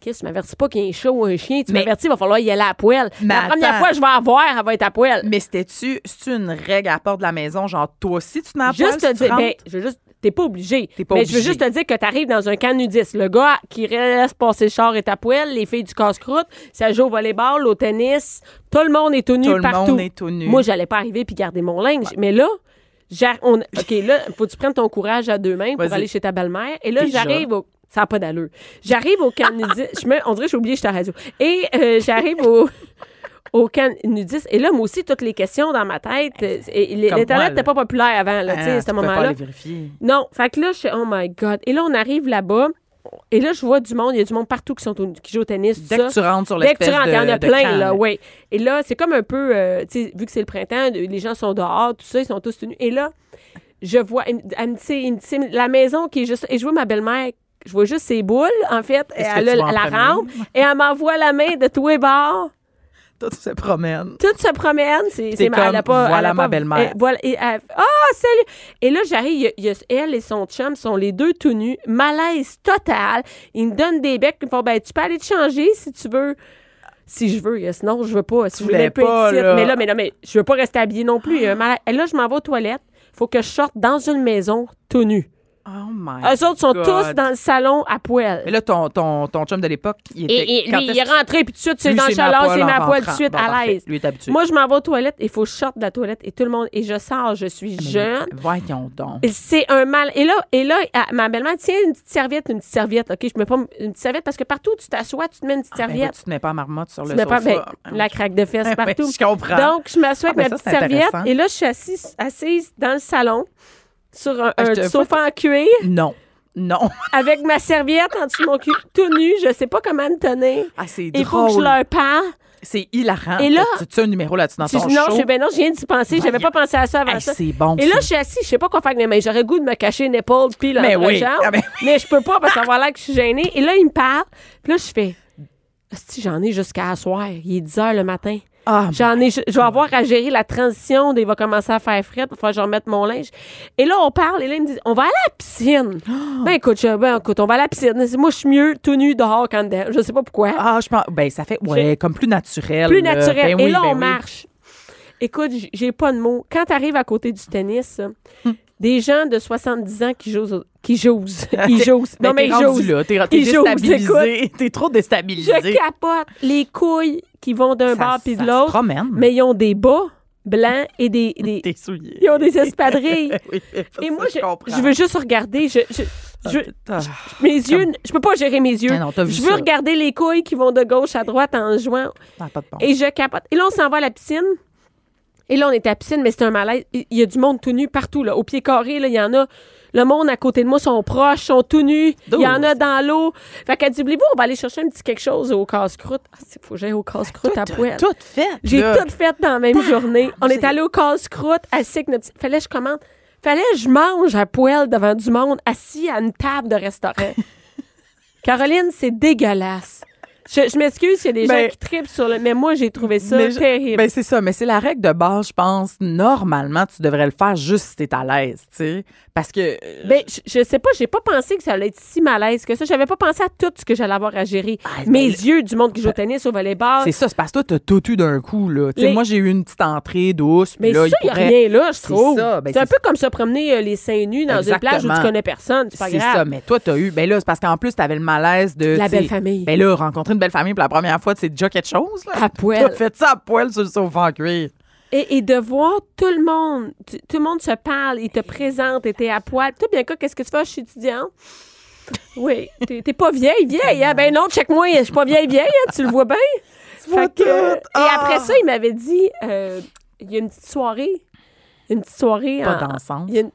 Speaker 3: Qu'est-ce que tu m'avertis pas qu'il y a un chat ou un chien? Tu
Speaker 4: Mais-
Speaker 3: m'avertis, il va falloir y aller à poêle.
Speaker 4: Mais
Speaker 3: La première
Speaker 4: attends.
Speaker 3: fois que je vais la voir, elle va être à poêle.
Speaker 4: Mais c'était-tu c'est-tu une règle à la porte de la maison? Genre, toi aussi, tu te mets à
Speaker 3: Juste
Speaker 4: poil
Speaker 3: te
Speaker 4: si tu
Speaker 3: dire, ben,
Speaker 4: rentres?
Speaker 3: je veux juste, t'es pas obligé.
Speaker 4: T'es pas
Speaker 3: mais je veux
Speaker 4: obligé.
Speaker 3: juste te dire que t'arrives dans un camp nudiste. Le gars qui laisse passer le char est à poêle, les filles du casse-croûte, ça joue au volleyball, au tennis, tout le monde est tout nu
Speaker 4: Tout le
Speaker 3: partout.
Speaker 4: monde est tout nu.
Speaker 3: Moi, j'allais pas arriver puis garder mon linge. Mais là, j'a- on, OK, là, faut que tu prennes ton courage à deux mains pour
Speaker 4: Vas-y.
Speaker 3: aller chez ta belle-mère. Et là,
Speaker 4: Déjà.
Speaker 3: j'arrive au. Ça n'a pas d'allure. J'arrive au camp nudiste. Je me- on dirait que j'ai oublié, j'étais à la radio. Et euh, j'arrive au. Au camp nudiste. Et là, moi aussi, toutes les questions dans ma tête. euh, et- et
Speaker 4: Comme moi, là. Ah,
Speaker 3: L'Internet n'était pas populaire avant, là, tu sais, à ce
Speaker 4: tu peux pas
Speaker 3: moment-là.
Speaker 4: aller vérifier.
Speaker 3: Non, fait que là, je suis, oh my God. Et là, on arrive là-bas. Et là, je vois du monde. Il y a du monde partout qui, sont au- qui joue au tennis. tout
Speaker 4: Dès
Speaker 3: ça.
Speaker 4: que tu rentres sur
Speaker 3: Dès que
Speaker 4: l'espèce
Speaker 3: tu
Speaker 4: de
Speaker 3: rentres, il y en a
Speaker 4: de
Speaker 3: plein,
Speaker 4: camp,
Speaker 3: là, oui. Et là, c'est comme un peu, euh, tu sais, vu que c'est le printemps, les gens sont dehors, tout ça, ils sont tous tenus. Et là, je vois, elle, me- elle me dit, c'est- il me dit, c'est la maison qui est juste, et je vois ma belle-mère, je vois juste ses boules, en fait, et
Speaker 4: Est-ce que
Speaker 3: elle
Speaker 4: tu
Speaker 3: a
Speaker 4: vas en
Speaker 3: la
Speaker 4: premier?
Speaker 3: rampe, et elle m'envoie la main de tous les bords,
Speaker 4: Toi, tu te promènes.
Speaker 3: tout se promène, c'est, c'est
Speaker 4: comme,
Speaker 3: elle a pas, elle a
Speaker 4: voilà ma
Speaker 3: pas-
Speaker 4: belle-mère.
Speaker 3: elle- voilà, et elle- ah, salut! Et là, j'arrive, il y a- il y a elle et son chum sont les deux tout nus, malaise total, ils me donnent des becs, ils me font, ben, tu peux aller te changer si tu veux si je veux, yes. non, je veux pas. Si je veux
Speaker 4: voulais
Speaker 3: même peu
Speaker 4: pas,
Speaker 3: être ici.
Speaker 4: là. Ah.
Speaker 3: Mais là, mais là, mais je veux pas rester habillée non plus. Il y a un malaise. Et là, je m'en vais aux toilettes. Faut que je sorte dans une maison tout nu.
Speaker 4: Oh my
Speaker 3: Eux autres sont
Speaker 4: God.
Speaker 3: tous dans le salon à poêl.
Speaker 4: Mais là, ton, ton, ton chum de l'époque, il était.
Speaker 3: et, et
Speaker 4: quand
Speaker 3: lui, il
Speaker 4: est-ce
Speaker 3: est
Speaker 4: que-
Speaker 3: rentré, puis tout de suite, c'est
Speaker 4: Lui,
Speaker 3: dans le
Speaker 4: c'est ma
Speaker 3: chaleur,
Speaker 4: poêle
Speaker 3: c'est ma poêle
Speaker 4: en
Speaker 3: tout
Speaker 4: rentrant.
Speaker 3: de suite
Speaker 4: Bon,
Speaker 3: à
Speaker 4: parfait.
Speaker 3: l'aise.
Speaker 4: Lui est habitué.
Speaker 3: Moi, je m'en vais aux toilettes, il faut que je sorte de la toilette et tout le monde. Et je sors, je suis
Speaker 4: Ah,
Speaker 3: jeune.
Speaker 4: Voyons donc.
Speaker 3: Et C'est un mal. Et là, et là ah, ma belle-mère, tiens, une petite serviette, une petite serviette, OK? Je mets pas m- une petite serviette parce que partout où tu t'assois, tu te mets une petite
Speaker 4: Ah, ben oui,
Speaker 3: serviette.
Speaker 4: tu te mets pas à marmotte sur
Speaker 3: Tu
Speaker 4: le
Speaker 3: mets
Speaker 4: sofa.
Speaker 3: pas ben,
Speaker 4: Ah,
Speaker 3: la craque de fesses
Speaker 4: Ben,
Speaker 3: partout.
Speaker 4: je comprends.
Speaker 3: Donc, je m'assois avec
Speaker 4: Ah, ben,
Speaker 3: ma petite
Speaker 4: ça, c'est
Speaker 3: serviette
Speaker 4: intéressant.
Speaker 3: et là, je suis assise, assise dans le salon sur un,
Speaker 4: Ah, je
Speaker 3: un
Speaker 4: te-
Speaker 3: sofa en cuir
Speaker 4: Non. Non.
Speaker 3: avec ma serviette en dessous de mon cul, tout nu. Je sais pas comment me tenir.
Speaker 4: Ah, c'est
Speaker 3: Il faut que je
Speaker 4: drôle.
Speaker 3: leur parle.
Speaker 4: C'est hilarant.
Speaker 3: Et là-
Speaker 4: tu, tu as un numéro là-dessus dans
Speaker 3: Tu-
Speaker 4: ton
Speaker 3: non,
Speaker 4: show.
Speaker 3: je, fais, ben non, je viens d'y penser. J'avais pas pensé à ça avant
Speaker 4: Hey,
Speaker 3: ça.
Speaker 4: c'est bon,
Speaker 3: Et là,
Speaker 4: ça.
Speaker 3: je suis assise. Je sais pas quoi faire avec mes mains. J'aurais le goût de me cacher une épaule puis la
Speaker 4: Mais oui.
Speaker 3: jambe.
Speaker 4: Ah, ben-
Speaker 3: Mais je peux pas parce que ça va l'air que je suis gênée. Et là, il me parle. Puis là, je fais. Si j'en ai jusqu'à soir. Il est 10 h le matin.
Speaker 4: Ah,
Speaker 3: J'en ai, je, je vais avoir à gérer la transition. des- Il va commencer à faire fret. Il faut que je remette mon linge. Et là, on parle. Et là, il me dit, on va aller à la piscine. Ben, écoute, je- ben, écoute, on va à la piscine. Moi, je suis mieux tout nu dehors qu'en dedans. Je sais pas pourquoi.
Speaker 4: Ah, je pense. Ben, ça fait. Ouais, comme plus naturel.
Speaker 3: Plus
Speaker 4: là.
Speaker 3: naturel.
Speaker 4: Ben
Speaker 3: et
Speaker 4: oui,
Speaker 3: là,
Speaker 4: ben
Speaker 3: on
Speaker 4: oui.
Speaker 3: marche. Écoute, j- j'ai pas de mots. Quand t'arrives à côté du tennis, là,
Speaker 4: Hum.
Speaker 3: des gens de 70 ans qui jouent. au- Qui jouent. Ils
Speaker 4: T'es-
Speaker 3: jouent.
Speaker 4: ben,
Speaker 3: Non, mais
Speaker 4: t'es
Speaker 3: ils
Speaker 4: rendu
Speaker 3: jouent.
Speaker 4: là. T'es t'es
Speaker 3: Ils jouent,
Speaker 4: déstabilisé. T'es trop déstabilisé.
Speaker 3: Je capote les couilles qui vont d'un
Speaker 4: Ça-
Speaker 3: bord puis
Speaker 4: ça
Speaker 3: de
Speaker 4: se
Speaker 3: l'autre.
Speaker 4: promène.
Speaker 3: Mais ils ont des bas blancs et des- des,
Speaker 4: T'es souillé.
Speaker 3: Ils ont des espadrilles.
Speaker 4: Oui, ça,
Speaker 3: Et moi, je,
Speaker 4: comprends.
Speaker 3: je veux juste regarder. Je, je- je-
Speaker 4: Ah,
Speaker 3: mes yeux, je peux pas gérer mes yeux.
Speaker 4: Ah non, t'as vu
Speaker 3: je veux
Speaker 4: ça.
Speaker 3: regarder les couilles qui vont de gauche à droite en jouant.
Speaker 4: ça a pas de bon.
Speaker 3: Et je capote. Et là, on s'en va à la piscine. Et là, on est à la piscine, mais c'est un malaise. Il il y a du monde tout nu partout. Là. Au pied carré, là, il y en a. Le monde à côté de moi sont proches, sont tout nus. Il y en a dans l'eau. Fait qu'elle dit, oubliez-vous, on va aller chercher un petit quelque chose au casse-croûte. Ah, c'est- faut que j'aille au casse-croûte à poêle.
Speaker 4: Tout fait.
Speaker 3: J'ai
Speaker 4: là.
Speaker 3: tout fait dans la même journée. On est allé au casse-croûte, assis avec notre petit- Fallait que je commande. Fallait que je mange à poêle devant du monde, assis à une table de restaurant. Caroline, c'est dégueulasse. Je, je m'excuse s'il y a des
Speaker 4: Ben-
Speaker 3: gens qui tripent sur le. Mais moi, j'ai trouvé ça
Speaker 4: Mais je-
Speaker 3: terrible.
Speaker 4: Ben, c'est ça, mais c'est la règle de base, je pense. Normalement, tu devrais le faire juste si t'es à l'aise, tu sais. Parce que. euh,
Speaker 3: Ben, je, je sais pas, j'ai pas pensé que ça allait être si malaise que ça. J'avais pas pensé à tout ce que j'allais avoir à gérer.
Speaker 4: Ah,
Speaker 3: Mes yeux du monde qui joue au tennis, au volleyball.
Speaker 4: ben c'est ça, c'est parce que toi, t'as tout eu d'un coup, là. Tu sais,
Speaker 3: Les-
Speaker 4: Moi, j'ai eu une petite entrée douce. puis
Speaker 3: Mais
Speaker 4: là,
Speaker 3: ça,
Speaker 4: il
Speaker 3: il n'y a
Speaker 4: pourrait-
Speaker 3: rien là, je
Speaker 4: C'est
Speaker 3: trouve.
Speaker 4: ça, ben,
Speaker 3: c'est un
Speaker 4: c'est-
Speaker 3: peu comme se promener euh, les seins nus dans une plage où
Speaker 4: Exactement.
Speaker 3: tu connais personne. C'est pas
Speaker 4: C'est
Speaker 3: grave.
Speaker 4: ça, mais toi, t'as eu. Ben là, c'est parce qu'en plus, t'avais le malaise de.
Speaker 3: La
Speaker 4: tu sais,
Speaker 3: belle famille.
Speaker 4: Ben là, rencontrer une belle famille pour la première fois, c'est déjà quelque chose, là.
Speaker 3: À poil.
Speaker 4: T'as fait ça à poil sur le sofa en cuir.
Speaker 3: Et, et de voir tout le monde, tu- tout le monde se parle, il te présente, et t'es à poil. Toi, bien qu'est-ce que tu fais? Je suis étudiante. Oui, t'es t'es pas vieille, vieille. Hein? Ben non, check-moi, je suis pas vieille, vieille. hein, Tu le vois bien.
Speaker 4: vois
Speaker 3: Fait que-
Speaker 4: tout.
Speaker 3: Et
Speaker 4: Ah!
Speaker 3: après ça, il m'avait dit, euh, il y a une petite soirée. Une petite soirée.
Speaker 4: Pas
Speaker 3: en-
Speaker 4: d'ensemble.
Speaker 3: Il y a une-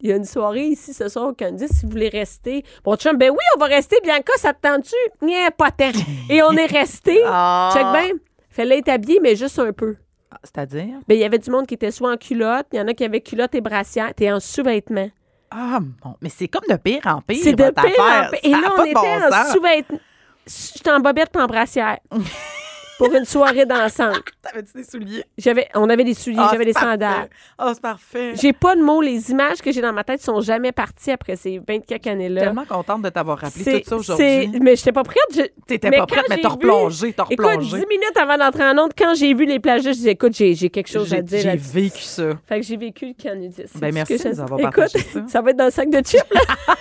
Speaker 3: il y a une soirée ici ce soir au Candice, si vous voulez rester. Bon, chum, ben oui, on va rester. Bianca, ça te tente-tu? Nien, pas tant. Et on est resté.
Speaker 4: Ah.
Speaker 3: Check bien. Fallait être habillé, mais juste un peu.
Speaker 4: C'est-à-dire?
Speaker 3: Ben, il y avait du monde qui était soit en culotte, il y en a qui avaient culotte et brassière, t'es en sous-vêtements.
Speaker 4: Ah, bon. Mais c'est comme de pire en pire.
Speaker 3: C'est de
Speaker 4: votre
Speaker 3: pire en
Speaker 4: affaire.
Speaker 3: pire. Et
Speaker 4: Ça a
Speaker 3: là, on
Speaker 4: pas de
Speaker 3: était
Speaker 4: bon
Speaker 3: en
Speaker 4: sens.
Speaker 3: sous-vêtements. J'étais en bobette pis en brassière. pour une soirée dansante.
Speaker 4: T'avais-tu des souliers?
Speaker 3: J'avais, on avait des souliers,
Speaker 4: Ah,
Speaker 3: j'avais des
Speaker 4: c'est parfait.
Speaker 3: sandales.
Speaker 4: Ah, c'est parfait.
Speaker 3: J'ai pas de mots. Les images que j'ai dans ma tête sont jamais parties après ces 24
Speaker 4: Je suis
Speaker 3: années-là.
Speaker 4: tellement contente de t'avoir rappelé
Speaker 3: C'est-
Speaker 4: tout ça
Speaker 3: c'est-
Speaker 4: aujourd'hui.
Speaker 3: Mais j'étais pas prête. je-
Speaker 4: T'étais pas
Speaker 3: quand
Speaker 4: prête, mais
Speaker 3: j'ai
Speaker 4: t'as
Speaker 3: vu-
Speaker 4: replongé, t'as
Speaker 3: Écoute,
Speaker 4: replongé.
Speaker 3: 10 minutes avant d'entrer en onde, quand j'ai vu les plages, je disais, écoute, j'ai, j'ai quelque chose à
Speaker 4: J'ai
Speaker 3: dire.
Speaker 4: j'ai
Speaker 3: là-dessus.
Speaker 4: vécu ça.
Speaker 3: Fait que j'ai vécu le canudis.
Speaker 4: Ben, merci de nous avoir partagé ça.
Speaker 3: Écoute, ça va être dans le sac de chips, là.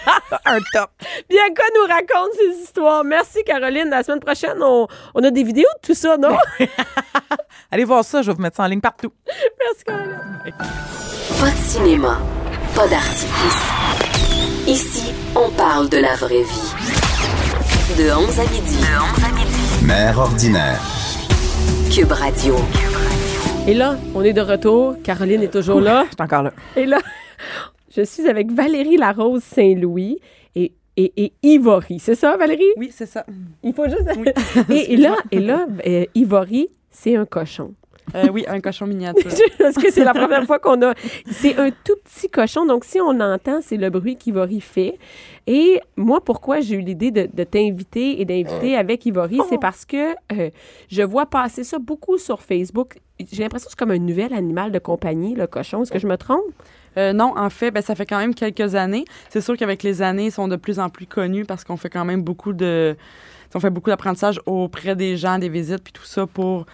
Speaker 4: Un top.
Speaker 3: Bianca nous raconte ses histoires. Merci, Caroline. La semaine prochaine, on, on a des vidéos de tout ça, non?
Speaker 4: Ben. Allez voir ça, je vais vous mettre ça en ligne partout.
Speaker 3: Merci, Caroline.
Speaker 1: Pas de cinéma, pas d'artifice. Ici, on parle de la vraie vie. De 11 à midi. De 11 à midi.
Speaker 2: Mère ordinaire.
Speaker 1: Cube Radio.
Speaker 3: Et là, on est de retour. Caroline est toujours là.
Speaker 4: Je suis encore là.
Speaker 3: Et là, je suis avec Valérie Larose Saint-Louis et, et, et Ivory. C'est ça, Valérie?
Speaker 8: Oui, c'est ça.
Speaker 3: Il faut juste. et, et là, et là euh, Ivory, c'est un cochon.
Speaker 8: Euh, oui, un cochon miniature.
Speaker 3: Parce que c'est la première fois qu'on a. C'est un tout petit cochon. Donc, si on entend, c'est le bruit qu'Ivory fait. Et moi, pourquoi j'ai eu l'idée de, de t'inviter et d'inviter avec Ivory, c'est parce que euh, je vois passer ça beaucoup sur Facebook. J'ai l'impression que c'est comme un nouvel animal de compagnie, le cochon. Est-ce que je me trompe?
Speaker 8: Euh, non, en fait, ben, ça fait quand même quelques années. C'est sûr qu'avec les années, ils sont de plus en plus connus parce qu'on fait quand même beaucoup de... On fait beaucoup d'apprentissage auprès des gens, des visites, puis tout ça pour,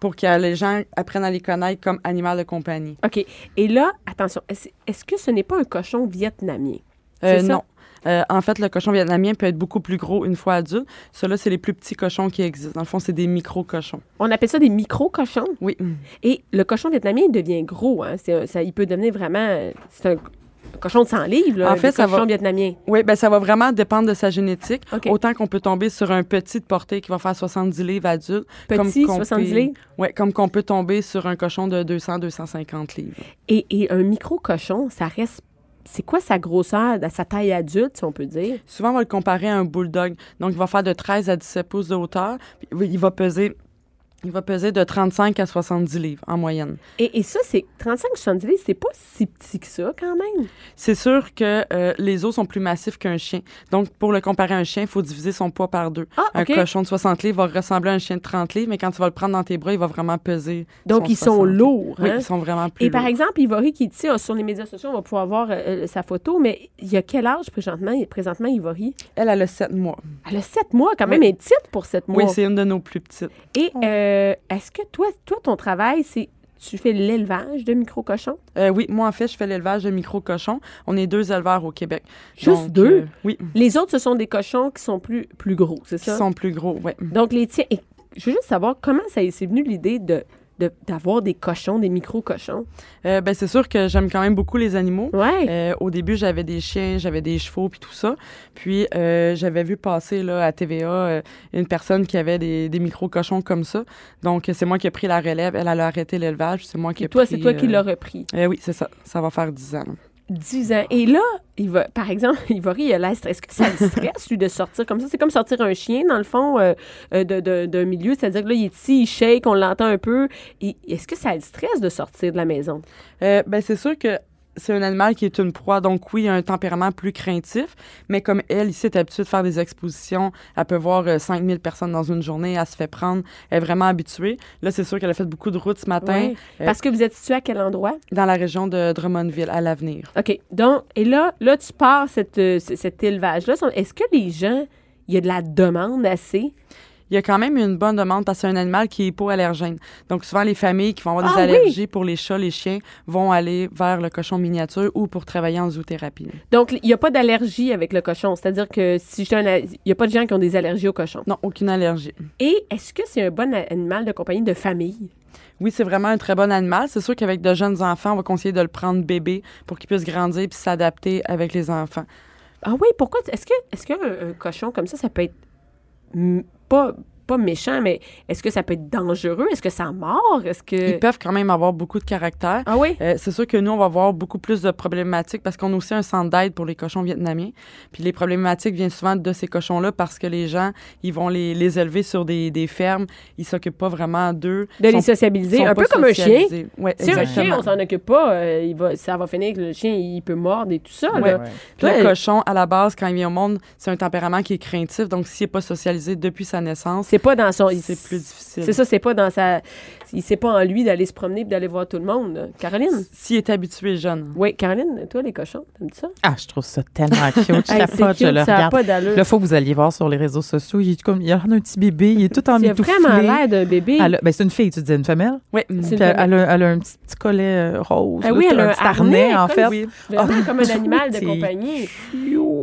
Speaker 8: pour que les gens apprennent à les connaître comme animal de compagnie.
Speaker 3: OK. Et là, attention, est-ce est-ce que ce n'est pas un cochon vietnamien?
Speaker 8: Euh,
Speaker 3: C'est ça?
Speaker 8: non. Euh, en fait, le cochon vietnamien peut être beaucoup plus gros une fois adulte. Ceux-là, c'est les plus petits cochons qui existent. Dans le fond, c'est des micro-cochons.
Speaker 3: On appelle ça des micro-cochons.
Speaker 8: Oui.
Speaker 3: Et le cochon vietnamien, il devient gros. Hein? C'est un- ça, il peut devenir vraiment... C'est un cochon de 100 livres, là,
Speaker 8: En
Speaker 3: le
Speaker 8: fait, ça
Speaker 3: cochon
Speaker 8: va-
Speaker 3: vietnamien.
Speaker 8: Oui, ben ça va vraiment dépendre de sa génétique.
Speaker 3: OK.
Speaker 8: Autant qu'on peut tomber sur un petit de portée qui va faire 70 livres adulte.
Speaker 3: Petit,
Speaker 8: qu'on
Speaker 3: 70
Speaker 8: peut-
Speaker 3: livres.
Speaker 8: Ouais, comme qu'on peut tomber sur un cochon de 200-250 livres.
Speaker 3: Et, et un micro-cochon, ça reste... C'est quoi sa grosseur, sa taille adulte, si on peut dire?
Speaker 8: Souvent, on va le comparer à un bulldog. Donc, il va faire de 13 à 17 pouces de hauteur. puis il va peser... Il va peser de 35 à 70 livres en moyenne.
Speaker 3: Et, et ça, c'est 35-70 livres, c'est pas si petit que ça, quand même.
Speaker 8: C'est sûr que euh, les os sont plus massifs qu'un chien. Donc, pour le comparer à un chien, il faut diviser son poids par deux.
Speaker 3: Ah, OK.
Speaker 8: Un cochon de 60 livres va ressembler à un chien de 30 livres, mais quand tu vas le prendre dans tes bras, il va vraiment peser.
Speaker 3: Donc,
Speaker 8: son
Speaker 3: ils sont
Speaker 8: 60 livres.
Speaker 3: lourds.
Speaker 8: Oui,
Speaker 3: hein?
Speaker 8: ils sont vraiment plus
Speaker 3: Et par
Speaker 8: lourds.
Speaker 3: exemple, Ivory qui, tu sais, sur les médias sociaux, on va pouvoir voir euh, euh, sa photo, mais il y a quel âge présentement, présentement Ivory?
Speaker 8: Elle, elle a 7 mois.
Speaker 3: Elle a 7 mois, quand même, elle est petite pour 7 mois.
Speaker 8: Oui, c'est une de nos plus petites.
Speaker 3: Et euh, est-ce que toi, toi, ton travail, c'est tu fais l'élevage de micro-cochons?
Speaker 8: Euh, oui, moi, en fait, je fais l'élevage de micro-cochons. On est deux éleveurs au Québec.
Speaker 3: Juste
Speaker 8: Donc,
Speaker 3: deux?
Speaker 8: euh, oui,
Speaker 3: Les autres, ce sont des cochons qui sont plus, plus gros, c'est
Speaker 8: qui
Speaker 3: ça?
Speaker 8: sont plus gros, oui.
Speaker 3: Donc, les tiens. Et je veux juste savoir comment ça s'est venu l'idée de de- d'avoir des cochons, des micro-cochons.
Speaker 8: Euh, ben, c'est sûr que j'aime quand même beaucoup les animaux.
Speaker 3: Ouais.
Speaker 8: Euh, au début, j'avais des chiens, j'avais des chevaux, puis tout ça. Puis, euh, j'avais vu passer là, à TVA euh, une personne qui avait des, des micro-cochons comme ça. Donc, c'est moi qui ai pris la relève. Elle, elle a arrêté l'élevage. C'est moi qui
Speaker 3: Et
Speaker 8: ai
Speaker 3: toi,
Speaker 8: pris,
Speaker 3: c'est toi qui
Speaker 8: euh,
Speaker 3: l'as repris.
Speaker 8: euh, oui, c'est ça. Ça va faire 10 ans. là.
Speaker 3: 10 ans. Et là, il va, par exemple, Ivory, il a l'air stressé. Est-ce que ça le stresse, lui, de sortir comme ça? C'est comme sortir un chien, dans le fond, euh, euh, de- de- d'un milieu. C'est-à-dire que là, il est petit, il shake, on l'entend un peu. Il- Est-ce que ça le stresse de sortir de la maison?
Speaker 8: Euh, ben, c'est sûr que c'est un animal qui est une proie, donc oui, il a un tempérament plus craintif, mais comme elle, ici, est habituée de faire des expositions, elle peut voir euh, 5000 personnes dans une journée, elle se fait prendre, elle est vraiment habituée. Là, c'est sûr qu'elle a fait beaucoup de routes ce matin Euh,
Speaker 3: Ouais. Parce que vous êtes situé à quel endroit?
Speaker 8: dans la région de Drummondville, à l'avenir.
Speaker 3: OK. Donc, et là, là tu pars cette, euh, c- cet élevage-là. Sont- Est-ce que les gens, il y a de la demande assez?
Speaker 8: Il y a quand même une bonne demande parce que c'est un animal qui est hypoallergène. Donc, souvent, les familles qui vont avoir des
Speaker 3: Ah oui!
Speaker 8: allergies pour les chats, les chiens, vont aller vers le cochon miniature ou pour travailler en zoothérapie.
Speaker 3: Donc, il n'y a pas d'allergie avec le cochon. C'est-à-dire que si j'étais un a- il n'y a pas de gens qui ont des allergies au cochon.
Speaker 8: Non, aucune allergie.
Speaker 3: Et est-ce que c'est un bon a- animal de compagnie de famille?
Speaker 8: Oui, c'est vraiment un très bon animal. C'est sûr qu'avec de jeunes enfants, on va conseiller de le prendre bébé pour qu'il puisse grandir puis s'adapter avec les enfants.
Speaker 3: Ah oui, pourquoi? tu- Est-ce que est-ce qu'un un cochon comme ça, ça peut être mm, pas, pas méchant, mais est-ce que ça peut être dangereux? Est-ce que ça mord? Est-ce que.
Speaker 8: Ils peuvent quand même avoir beaucoup de caractère.
Speaker 3: Ah oui?
Speaker 8: Euh, c'est sûr que nous, on va avoir beaucoup plus de problématiques parce qu'on a aussi un centre d'aide pour les cochons vietnamiens. Puis les problématiques viennent souvent de ces cochons-là parce que les gens, ils vont les, les élever sur des, des fermes. Ils s'occupent pas vraiment d'eux.
Speaker 3: De
Speaker 8: Euh,
Speaker 3: les
Speaker 8: Ils sont-
Speaker 3: sociabiliser,
Speaker 8: sont
Speaker 3: un
Speaker 8: pas
Speaker 3: peu comme un chien.
Speaker 8: socialisés. Ouais,
Speaker 3: Si un
Speaker 8: exactement.
Speaker 3: chien, on s'en occupe pas, euh, il va, ça va finir que le chien, il peut mordre et tout ça.
Speaker 8: Ouais.
Speaker 3: là.
Speaker 8: Puis
Speaker 3: Ouais.
Speaker 8: le cochon, à la base, quand il vient au monde, c'est un tempérament qui est craintif. Donc, s'il n'est pas socialisé depuis sa naissance,
Speaker 3: C'est pas dans son. il-
Speaker 8: c'est Oh, plus difficile.
Speaker 3: C'est ça, c'est pas dans sa. Il sait pas en lui d'aller se promener et d'aller voir tout le monde. là. Caroline?
Speaker 8: S'il est habitué jeune.
Speaker 3: Oui, Caroline, toi, les cochons, t'aimes ça?
Speaker 4: Ah, je trouve ça tellement cute. Je
Speaker 3: Hey, c'est
Speaker 4: capote, Ah, je
Speaker 3: cute,
Speaker 4: le
Speaker 3: ça a
Speaker 4: regarde.
Speaker 3: pas d'allure.
Speaker 4: Là, faut que vous alliez voir sur les réseaux sociaux. Il, est comme, il a un petit bébé, il est tout en
Speaker 3: Il a vraiment l'air d'un bébé.
Speaker 4: Elle a- ben, c'est une fille, tu disais, une femelle?
Speaker 8: Oui,
Speaker 3: C'est
Speaker 4: Puis
Speaker 3: une
Speaker 4: elle,
Speaker 3: femelle.
Speaker 4: elle a, elle a un petit, petit collet euh, rose.
Speaker 3: Ah
Speaker 4: là,
Speaker 3: oui, elle a un
Speaker 4: petit harnais,
Speaker 3: harnais,
Speaker 4: en
Speaker 3: comme
Speaker 4: fait.
Speaker 3: oui. Vraiment
Speaker 4: Ah,
Speaker 3: comme un animal de
Speaker 4: c'est
Speaker 3: compagnie.
Speaker 4: cute.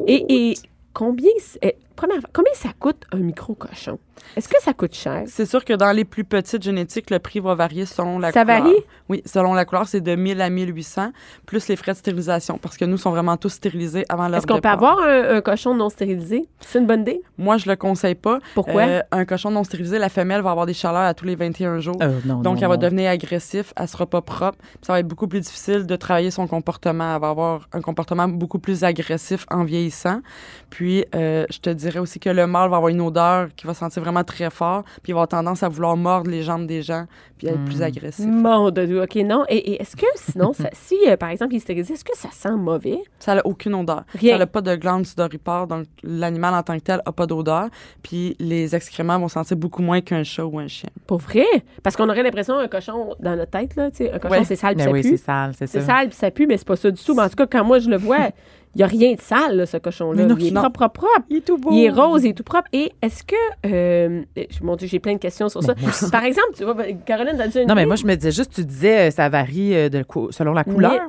Speaker 3: Et, et combien, c- eh, première, combien ça coûte un micro-cochon? Est-ce que ça coûte cher?
Speaker 8: C'est sûr que dans les plus petites génétiques, le prix va varier selon la
Speaker 3: Ça
Speaker 8: couleur.
Speaker 3: varie?
Speaker 8: Oui, selon la couleur, c'est de 1000 à 1800, plus les frais de stérilisation, parce que nous sont vraiment tous stérilisés avant leur
Speaker 3: Est-ce qu'on peut
Speaker 8: départ.
Speaker 3: avoir un, un cochon non stérilisé? C'est une bonne idée?
Speaker 8: Moi, je le conseille pas.
Speaker 3: Pourquoi?
Speaker 8: Euh, un cochon non stérilisé, la femelle va avoir des chaleurs à tous les 21 jours.
Speaker 4: Euh, non,
Speaker 8: Donc,
Speaker 4: non,
Speaker 8: elle va
Speaker 4: non.
Speaker 8: devenir agressive, elle sera pas propre. puis Ça va être beaucoup plus difficile de travailler son comportement. Elle va avoir un comportement beaucoup plus agressif en vieillissant. Puis, euh, je te dirais aussi que le mâle va avoir une odeur qui va sentir vraiment très fort. Puis, il va avoir tendance à vouloir mordre les jambes des gens, puis être
Speaker 3: Hmm.
Speaker 8: plus agressif.
Speaker 3: Mon de Dieu, OK, non. Et, et est-ce que sinon, ça- si euh, par exemple il est stérilisé, est-ce que ça sent mauvais?
Speaker 8: Ça n'a aucune odeur.
Speaker 3: Rien.
Speaker 8: Ça n'a pas de glande sudoripare, donc l'animal en tant que tel n'a pas d'odeur. Puis les excréments vont sentir beaucoup moins qu'un chat ou un chien.
Speaker 3: Pour vrai? Parce qu'on aurait l'impression un cochon dans notre tête, là, tu sais, un cochon
Speaker 8: Ouais.
Speaker 3: c'est sale puis
Speaker 4: Ben
Speaker 3: ça
Speaker 4: oui,
Speaker 3: pue.
Speaker 4: c'est sale, c'est
Speaker 3: C'est
Speaker 4: ça.
Speaker 3: sale puis ça pue, mais c'est pas ça du tout. Mais en tout cas, quand moi je le vois, il n'y a rien de sale, là, ce cochon-là.
Speaker 8: Mais non,
Speaker 3: Il est
Speaker 8: non.
Speaker 3: propre, propre, propre.
Speaker 8: Il est tout beau.
Speaker 3: Il est rose, il est tout propre. Et est-ce que. Euh, eh, mon Dieu, j'ai plein de questions sur ça. Par exemple, tu vois, ben, Caroline, t'as dit une
Speaker 4: Non, mais
Speaker 3: idée?
Speaker 4: moi, je me disais juste, tu disais, euh, ça varie euh, de cou- selon la couleur.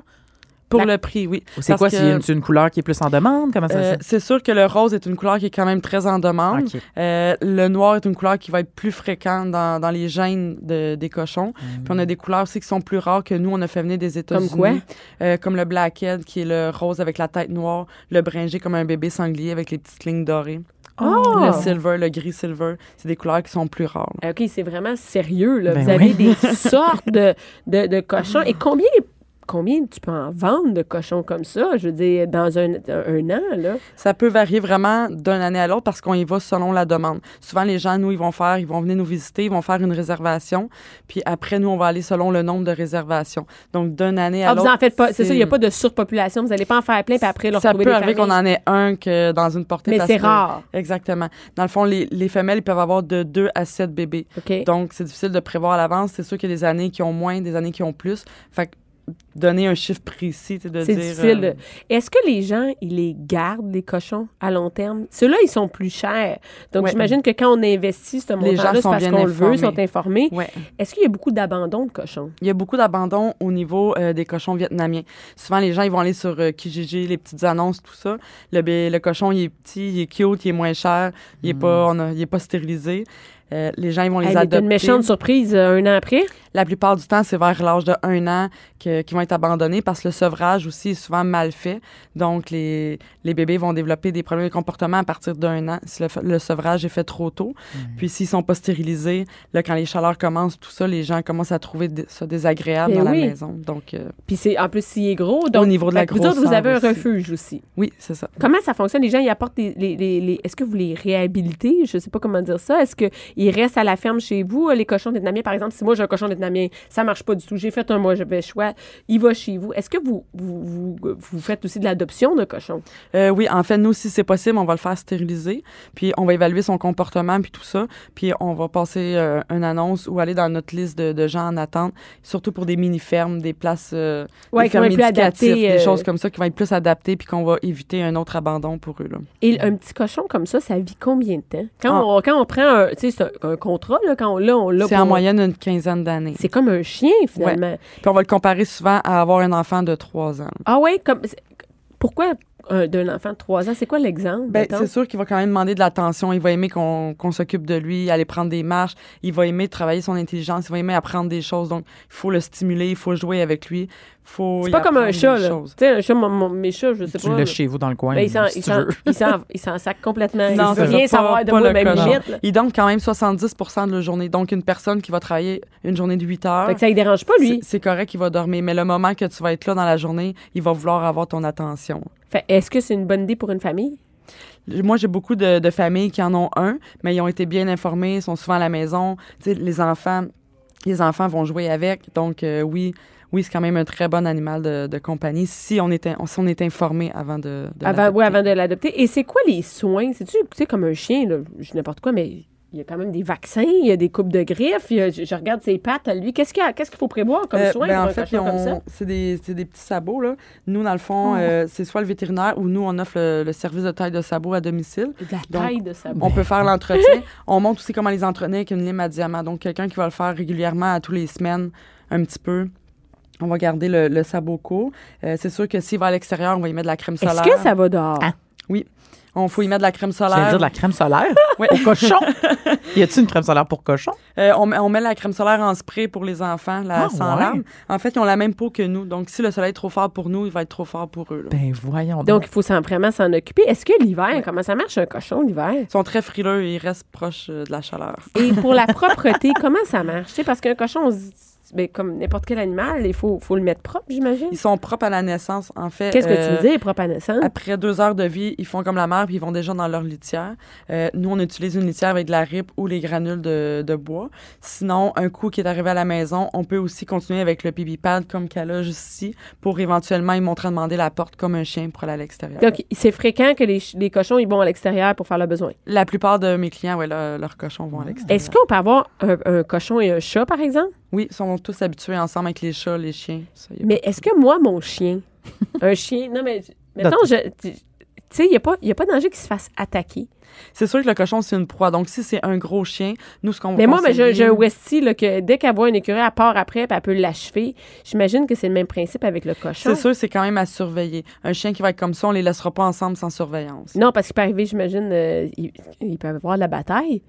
Speaker 8: Pour
Speaker 4: La-
Speaker 8: le prix, oui.
Speaker 4: Ou C'est
Speaker 8: Parce
Speaker 4: quoi,
Speaker 8: que,
Speaker 4: c'est une, c'est une couleur qui est plus en demande? Comment ça
Speaker 8: euh,
Speaker 4: se
Speaker 8: c'est sûr que le rose est une couleur qui est quand même très en demande.
Speaker 4: Ok.
Speaker 8: Euh, le noir est une couleur qui va être plus fréquente dans, dans les gènes de- des cochons. Puis on a des couleurs aussi qui sont plus rares que nous, on a fait venir des États-Unis.
Speaker 3: Hmm. quoi?
Speaker 8: Euh, comme le blackhead, qui est le rose avec la tête noire, le bringé comme un bébé sanglier avec les petites lignes dorées.
Speaker 3: Oh!
Speaker 8: Le silver, le gris silver, c'est des couleurs qui sont plus rares.
Speaker 3: Ah,
Speaker 8: là.
Speaker 3: OK, c'est vraiment sérieux. Là.
Speaker 4: Ben
Speaker 3: Vous
Speaker 4: oui.
Speaker 3: avez des sortes de, de, de cochons. Et combien, combien tu peux en vendre de cochons comme ça? Je veux dire, dans un, un an, là.
Speaker 8: Ça peut varier vraiment d'une année à l'autre parce qu'on y va selon la demande. Souvent, les gens, nous, ils vont faire, ils vont venir nous visiter, ils vont faire une réservation, puis après, nous, on va aller selon le nombre de réservations. Donc, d'une année à
Speaker 3: Ah, vous
Speaker 8: l'autre.
Speaker 3: en faites pas. C'est ça, il n'y a
Speaker 8: c'est-
Speaker 3: pas de surpopulation. Vous n'allez pas en faire plein, puis après, leur
Speaker 8: Ça
Speaker 3: trouver
Speaker 8: peut
Speaker 3: des
Speaker 8: arriver qu'on
Speaker 3: familles.
Speaker 8: en ait un que dans une portée.
Speaker 3: Mais
Speaker 8: parce
Speaker 3: c'est
Speaker 8: que-
Speaker 3: rare.
Speaker 8: Exactement. Dans le fond, les, les femelles, ils peuvent avoir de 2 à 7 bébés.
Speaker 3: OK.
Speaker 8: Donc, c'est difficile de prévoir à l'avance. C'est sûr qu'il y a des années qui ont moins, des années qui ont plus. Fait que donner un chiffre précis, c'est de
Speaker 3: C'est
Speaker 8: dire...
Speaker 3: difficile.
Speaker 8: euh,
Speaker 3: de- Est-ce que les gens, ils les gardent, les cochons, à long terme? Ceux-là, ils sont plus chers. Donc,
Speaker 8: Ouais.
Speaker 3: j'imagine que quand on investit ce montant-là,
Speaker 8: gens
Speaker 3: c'est
Speaker 8: sont
Speaker 3: parce
Speaker 8: bien
Speaker 3: qu'on le veut, ils
Speaker 8: informés.
Speaker 3: sont informés.
Speaker 8: Ouais.
Speaker 3: Est-ce qu'il y a beaucoup d'abandon de cochons?
Speaker 8: Il y a beaucoup d'abandon au niveau euh, des cochons vietnamiens. Souvent, les gens, ils vont aller sur euh, Kijiji, les petites annonces, tout ça. Le, bé- le cochon, il est petit, il est cute, il est moins cher, il est
Speaker 3: Mm.
Speaker 8: pas, on a- il est pas stérilisé. Euh, les gens, ils vont les
Speaker 3: Elle est
Speaker 8: adopter.
Speaker 3: une méchante surprise euh, un an après.
Speaker 8: La plupart du temps, c'est vers l'âge de un an que- qu'ils vont être abandonnés parce que le sevrage aussi est souvent mal fait. Donc, les, les bébés vont développer des problèmes de comportement à partir d'un an si le, f- le sevrage est fait trop tôt. Puis, s'ils sont pas stérilisés, là, quand les chaleurs commencent, tout ça, les gens commencent à trouver d- ça désagréable
Speaker 3: Ben
Speaker 8: dans
Speaker 3: oui.
Speaker 8: la maison. Donc, euh,
Speaker 3: Puis c'est en plus s'il est gros, donc
Speaker 8: niveau de la
Speaker 3: fait que vous autres, vous
Speaker 8: grosseur
Speaker 3: avez un
Speaker 8: aussi.
Speaker 3: refuge aussi.
Speaker 8: oui, c'est ça.
Speaker 3: Comment ça fonctionne Les gens ils apportent des- les, les- les- est-ce que vous les réhabilitez Je sais pas comment dire ça. Est-ce que ils restent à la ferme chez vous. Les cochons vietnamiens, par exemple, si moi j'ai un cochon vietnamien, ça marche pas du tout. J'ai fait un mois, j'avais choix. Il va chez vous. Est-ce que vous, vous, vous, vous faites aussi de l'adoption de cochons?
Speaker 8: Euh, oui, en fait, nous, si c'est possible, on va le faire stériliser, puis on va évaluer son comportement, puis tout ça, puis on va passer euh, une annonce ou aller dans notre liste de, de gens en attente, surtout pour des mini-fermes, des places, euh,
Speaker 3: Ouais,
Speaker 8: des
Speaker 3: qui vont
Speaker 8: fermes
Speaker 3: être plus
Speaker 8: éducatives,
Speaker 3: adaptées,
Speaker 8: des
Speaker 3: euh,
Speaker 8: choses comme ça qui vont être plus adaptées, puis qu'on va éviter un autre abandon pour eux. Là.
Speaker 3: Et un petit cochon comme ça, ça vit combien de temps? Quand,
Speaker 8: Ah.
Speaker 3: on, quand on prend un, tu sais, c'est un, un contrat, là, quand on l'a, on l'a
Speaker 8: C'est
Speaker 3: pour-
Speaker 8: en moyenne une quinzaine d'années.
Speaker 3: C'est comme un chien, finalement.
Speaker 8: Puis on va le comparer souvent à avoir un enfant de 3 ans.
Speaker 3: Ah ouais, comme c'est- pourquoi un- d'un enfant de 3 ans, c'est quoi l'exemple?
Speaker 8: Ben,
Speaker 3: mettons?
Speaker 8: c'est sûr qu'il va quand même demander de l'attention. Il va aimer qu'on qu'on s'occupe de lui, aller prendre des marches. Il va aimer travailler son intelligence. Il va aimer apprendre des choses. Donc, il faut le stimuler, il faut jouer avec lui. Faut
Speaker 3: C'est
Speaker 8: y
Speaker 3: pas comme un
Speaker 8: apprendre
Speaker 3: chat,
Speaker 8: des
Speaker 3: là. Tu
Speaker 8: choses.
Speaker 3: sais, un chat, mon- mon- mes chats, je sais
Speaker 4: Tu
Speaker 3: pas.
Speaker 4: l'as
Speaker 3: mais-
Speaker 4: chez vous dans le coin.
Speaker 3: Ben, ils s'en-
Speaker 4: si
Speaker 3: ils
Speaker 4: tu
Speaker 3: s'en-
Speaker 4: veux.
Speaker 3: ils s'en- ils s'en sacrent complètement.
Speaker 8: Non,
Speaker 3: ils
Speaker 8: c'est
Speaker 3: rien
Speaker 8: ça,
Speaker 3: savoir
Speaker 8: pas-
Speaker 3: de
Speaker 8: pas
Speaker 3: moi,
Speaker 8: le
Speaker 3: même
Speaker 8: cochon.
Speaker 3: limite. là.
Speaker 8: Il donne quand même 70 de leur journée. Donc, une personne qui va travailler une journée de 8 heures.
Speaker 3: Fait que ça ne dérange pas, lui.
Speaker 8: Ah. c'est- C'est correct, il va dormir. Mais le moment que tu vas être là dans la journée, il va vouloir avoir ton attention.
Speaker 3: Fait, Est-ce que c'est une bonne idée pour une famille?
Speaker 8: Moi, j'ai beaucoup de, de familles qui en ont un, mais ils ont été bien informés, ils sont souvent à la maison. Tu sais, les enfants, les enfants vont jouer avec. Donc, euh, oui, oui, c'est quand même un très bon animal de, de compagnie si on est, in- si on est informé avant de, de
Speaker 3: Avant,
Speaker 8: l'adopter.
Speaker 3: oui, avant de l'adopter. Et c'est quoi les soins? C'est-tu, tu sais, comme un chien, là, je dis n'importe quoi, mais il y a quand même des vaccins, il y a des coupes de griffes, il y a- je, je regarde ses pattes à lui. Qu'est-ce qu'il y a- qu'est-ce qu'il faut prévoir comme
Speaker 8: Euh,
Speaker 3: soins
Speaker 8: ben,
Speaker 3: pour
Speaker 8: en
Speaker 3: un
Speaker 8: fait,
Speaker 3: cochon
Speaker 8: ils
Speaker 3: comme
Speaker 8: ont-
Speaker 3: ça? Oh.
Speaker 8: c'est des, c'est des petits sabots. Là. Nous, dans le fond, euh, c'est soit le vétérinaire ou nous, on offre le, le service de taille de sabot à domicile.
Speaker 3: De la
Speaker 8: donc,
Speaker 3: taille de sa
Speaker 8: On peut faire l'entretien. On montre aussi comment les entretenir avec une lime à diamant. Donc, quelqu'un qui va le faire régulièrement à tous les semaines, un petit peu. On va garder le, le sabot court. Euh, c'est sûr que s'il va à l'extérieur, on va y mettre de la crème
Speaker 3: Est-ce
Speaker 8: solaire.
Speaker 3: que ça va dehors?
Speaker 4: Ah.
Speaker 8: On faut y mettre de la crème
Speaker 4: Ça veut
Speaker 8: solaire.
Speaker 4: dire de la crème solaire
Speaker 8: Ouais.
Speaker 4: pour cochon. Y a-t-il une crème solaire pour cochon?
Speaker 8: Euh, on, met- on met la crème solaire en spray pour les enfants, la
Speaker 4: Ah,
Speaker 8: sans
Speaker 4: ouais.
Speaker 8: larmes. En fait, ils ont la même peau que nous. Donc, si le soleil est trop fort pour nous, il va être trop fort pour eux. là.
Speaker 4: Ben voyons donc.
Speaker 3: Donc, il faut s'en- vraiment s'en occuper. Est-ce que l'hiver, comment ça marche un cochon l'hiver?
Speaker 8: Ils sont très frileux et ils restent proches euh, de la chaleur.
Speaker 3: Et pour la propreté, comment ça marche? Tu sais, parce qu'un cochon, on se dit, ben, comme n'importe quel animal, il faut, faut le mettre propre, j'imagine.
Speaker 8: Ils sont propres à la naissance, en fait.
Speaker 3: Qu'est-ce que tu
Speaker 8: euh,
Speaker 3: veux dire, propre à naissance?
Speaker 8: Après deux heures de vie, ils font comme la mère, puis ils vont déjà dans leur litière. Euh, nous, on utilise une litière avec de la ripe ou les granules de, de bois. Sinon, un coup qui est arrivé à la maison, on peut aussi continuer avec le pipi pad comme qu'elle a juste ici pour éventuellement, ils montrent à demander la porte comme un chien pour aller à l'extérieur.
Speaker 3: Donc, c'est fréquent que les, ch- les cochons, ils vont à l'extérieur pour faire leurs besoins.
Speaker 8: La plupart de mes clients, ouais, leur- leurs cochons vont à l'extérieur.
Speaker 3: Est-ce qu'on peut avoir un, un cochon et un chat, par exemple?
Speaker 8: Oui, ils sont tous habitués ensemble avec les chats, les chiens. Ça, y a
Speaker 3: Mais
Speaker 8: pas de
Speaker 3: est-ce que moi, mon chien, un chien, non, mais mettons, je, tu tu sais, il n'y a, pas- y a pas de danger qu'il se fasse attaquer.
Speaker 8: C'est sûr que le cochon, c'est une proie. Donc, si c'est un gros chien, nous, ce qu'on va
Speaker 3: Mais moi, ben, j'ai
Speaker 8: conseiller-
Speaker 3: j'ai un Westie, là, que dès qu'elle voit un écureuil, elle part après, puis elle peut l'achever. J'imagine que c'est le même principe avec le cochon.
Speaker 8: C'est sûr, c'est quand même à surveiller. Un chien qui va être comme ça, on les laissera pas ensemble sans surveillance.
Speaker 3: Non, parce qu'il peut arriver, j'imagine, euh, il, il peut avoir de la bataille.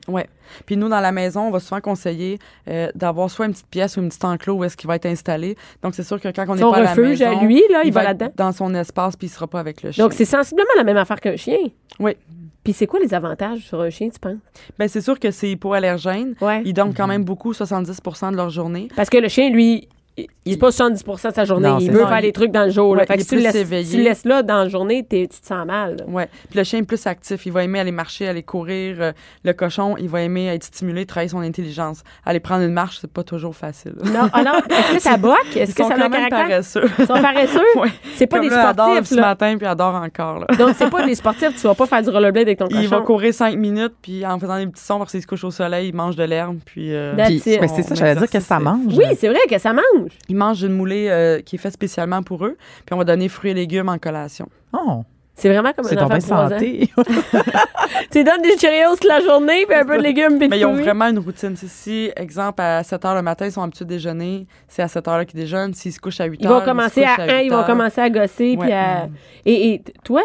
Speaker 8: Puis nous, dans la maison, on va souvent conseiller euh, d'avoir soit une petite pièce ou une petite enclos où est-ce qu'il va être installé. Donc, c'est sûr que quand on est
Speaker 3: Son
Speaker 8: pas à la
Speaker 3: refuge à
Speaker 8: maison,
Speaker 3: lui, là, il, va
Speaker 8: être
Speaker 3: là-dedans.
Speaker 8: dans son espace puis il sera pas avec le chien.
Speaker 3: Donc, c'est sensiblement la même affaire qu'un chien.
Speaker 8: Oui.
Speaker 3: Puis c'est quoi les avantages sur un chien, tu penses?
Speaker 8: Ben, c'est sûr que c'est hypoallergène.
Speaker 3: Ouais.
Speaker 8: Ils dorment quand même beaucoup, 70 de leur journée.
Speaker 3: Parce que le chien, lui, il- c'est pas 70 de sa journée.
Speaker 4: Non,
Speaker 3: il
Speaker 4: c'est
Speaker 3: veut
Speaker 8: ça.
Speaker 3: faire les trucs dans le jour. là.
Speaker 8: Ouais,
Speaker 3: fait
Speaker 8: il
Speaker 3: que
Speaker 8: est
Speaker 3: si tu, le
Speaker 8: plus
Speaker 3: laisses,
Speaker 8: éveillé.
Speaker 3: tu le laisses là dans la journée, t'es- tu te sens mal. là.
Speaker 8: Ouais. Puis le chien est plus actif, il va aimer aller marcher, aller courir. Euh, Le cochon, il va aimer être stimulé, travailler son intelligence. Aller prendre une marche, c'est pas toujours facile.
Speaker 3: Non, ah non, est-ce que ça boque? Est-ce
Speaker 8: Ils
Speaker 3: que
Speaker 8: sont
Speaker 3: ça a
Speaker 8: quand
Speaker 3: un
Speaker 8: même
Speaker 3: caractère?
Speaker 8: paresseux.
Speaker 3: Ils sont paresseux?
Speaker 8: Ouais.
Speaker 3: C'est pas
Speaker 8: Comme
Speaker 3: des
Speaker 8: là, adore
Speaker 3: sportifs.
Speaker 8: ce
Speaker 3: Là.
Speaker 8: matin puis adore encore. Là.
Speaker 3: Donc, c'est pas des sportifs. Tu vas pas faire du rollerblade avec ton
Speaker 8: Il va
Speaker 3: cochon.
Speaker 8: courir cinq minutes, puis en faisant des petits sons parce qu'il se couche au soleil, il mange de l'herbe, puis euh,
Speaker 3: That's
Speaker 4: Puis-
Speaker 3: it.
Speaker 4: ben, c'est ça,
Speaker 8: On
Speaker 4: j'allais dire que
Speaker 8: exercice,
Speaker 4: ça
Speaker 8: c'est-
Speaker 4: mange.
Speaker 3: Oui, c'est vrai que ça mange.
Speaker 8: il mange une moulée euh, qui est faite spécialement pour eux, puis on va donner fruits et légumes en collation.
Speaker 4: Oh,
Speaker 3: C'est vraiment comme
Speaker 4: c'est
Speaker 3: un
Speaker 4: donc
Speaker 3: enfant
Speaker 4: bien
Speaker 3: de trois ans.
Speaker 4: santé.
Speaker 3: Tu lui donnes des Cheerios toute la journée, puis un peu de légumes, puis de
Speaker 8: Mais ils ont
Speaker 3: fruits.
Speaker 8: vraiment une routine. C'est si, exemple, à 7 h le matin, ils sont habitués de déjeuner, c'est à 7 h qu'ils déjeunent. S'ils se couchent à 8 h,
Speaker 3: Ils vont commencer à un, ils vont commencer à gosser, puis
Speaker 8: Ouais. Mm.
Speaker 3: à... Et, et t- toi,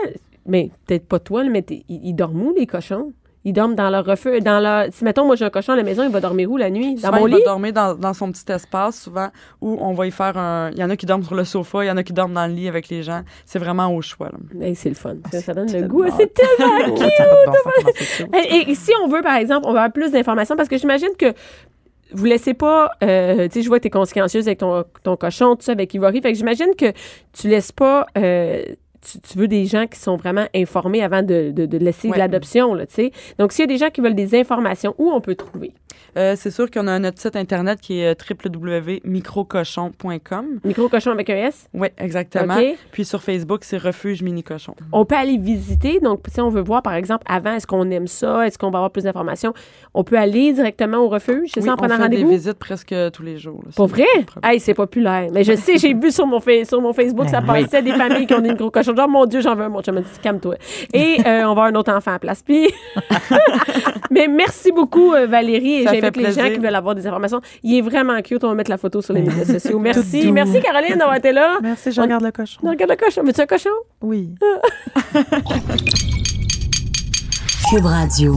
Speaker 3: mais peut-être pas toi, là, mais t'es- ils ils dorment où, les cochons? Ils dorment dans leur refuge, dans leur... Si, mettons, moi, j'ai un cochon à la maison, il va dormir où la nuit? Dans
Speaker 8: souvent,
Speaker 3: mon
Speaker 8: il
Speaker 3: lit?
Speaker 8: va dormir dans, dans son petit espace, souvent, où on va y faire un. Il y en a qui dorment sur le sofa, il y en a qui dorment dans le lit avec les gens. C'est vraiment au choix. là.
Speaker 3: Hey, c'est le fun. Ça, ça donne le
Speaker 4: tellement
Speaker 3: goût. C'est tellement
Speaker 4: Ça n'a pas de bon sens, comment c'est cute.
Speaker 3: Et, et- et si on veut, par exemple, on va avoir plus d'informations parce que j'imagine que vous laissez pas, euh, tu sais, je vois que tu es consciencieuse avec ton, ton cochon, tout ça, avec Ivory. Fait que j'imagine que tu laisses pas euh, tu, tu veux des gens qui sont vraiment informés avant de, de, de laisser de l'adoption, là, tu sais. Donc, s'il y a des gens qui veulent des informations, où on peut trouver?
Speaker 8: Euh, c'est sûr qu'on a notre site internet qui est euh, www.microcochon.com.
Speaker 3: Micro-cochon avec un S?
Speaker 8: Oui, exactement.
Speaker 3: OK.
Speaker 8: Puis sur Facebook, c'est Refuge Mini Cochon.
Speaker 3: On peut aller visiter. Donc, si on veut voir, par exemple, avant, est-ce qu'on aime ça? Est-ce qu'on va avoir plus d'informations? On peut aller directement au refuge, c'est
Speaker 8: Oui,
Speaker 3: ça, en
Speaker 8: on
Speaker 3: prenant
Speaker 8: fait des
Speaker 3: rendez-vous?
Speaker 8: visites presque tous les jours. là.
Speaker 3: Pour
Speaker 8: C'est
Speaker 3: vrai?
Speaker 8: pas de problème.
Speaker 3: Hey, c'est populaire. Mais je sais, j'ai vu sur mon, fa- sur mon Facebook, ça
Speaker 8: Ben
Speaker 3: passait des familles qui ont des micro-cochons. Genre, mon Dieu, j'en veux un, mon chum. Elle dit, calme-toi. Et euh, on va avoir un autre enfant à la place. Puis... Mais merci beaucoup, euh, Valérie. Et
Speaker 8: Ça
Speaker 3: j'invite
Speaker 8: fait
Speaker 3: les gens
Speaker 8: plaisir.
Speaker 3: qui veulent avoir des informations. Il est vraiment cute. On va mettre la photo sur les médias sociaux. Merci.
Speaker 4: doux.
Speaker 3: Merci, Caroline, d'avoir été là.
Speaker 4: Merci, je
Speaker 3: On-
Speaker 4: regarde le cochon.
Speaker 3: Non, regarde le cochon. Mais tu un cochon?
Speaker 4: Oui.
Speaker 7: Cube Radio.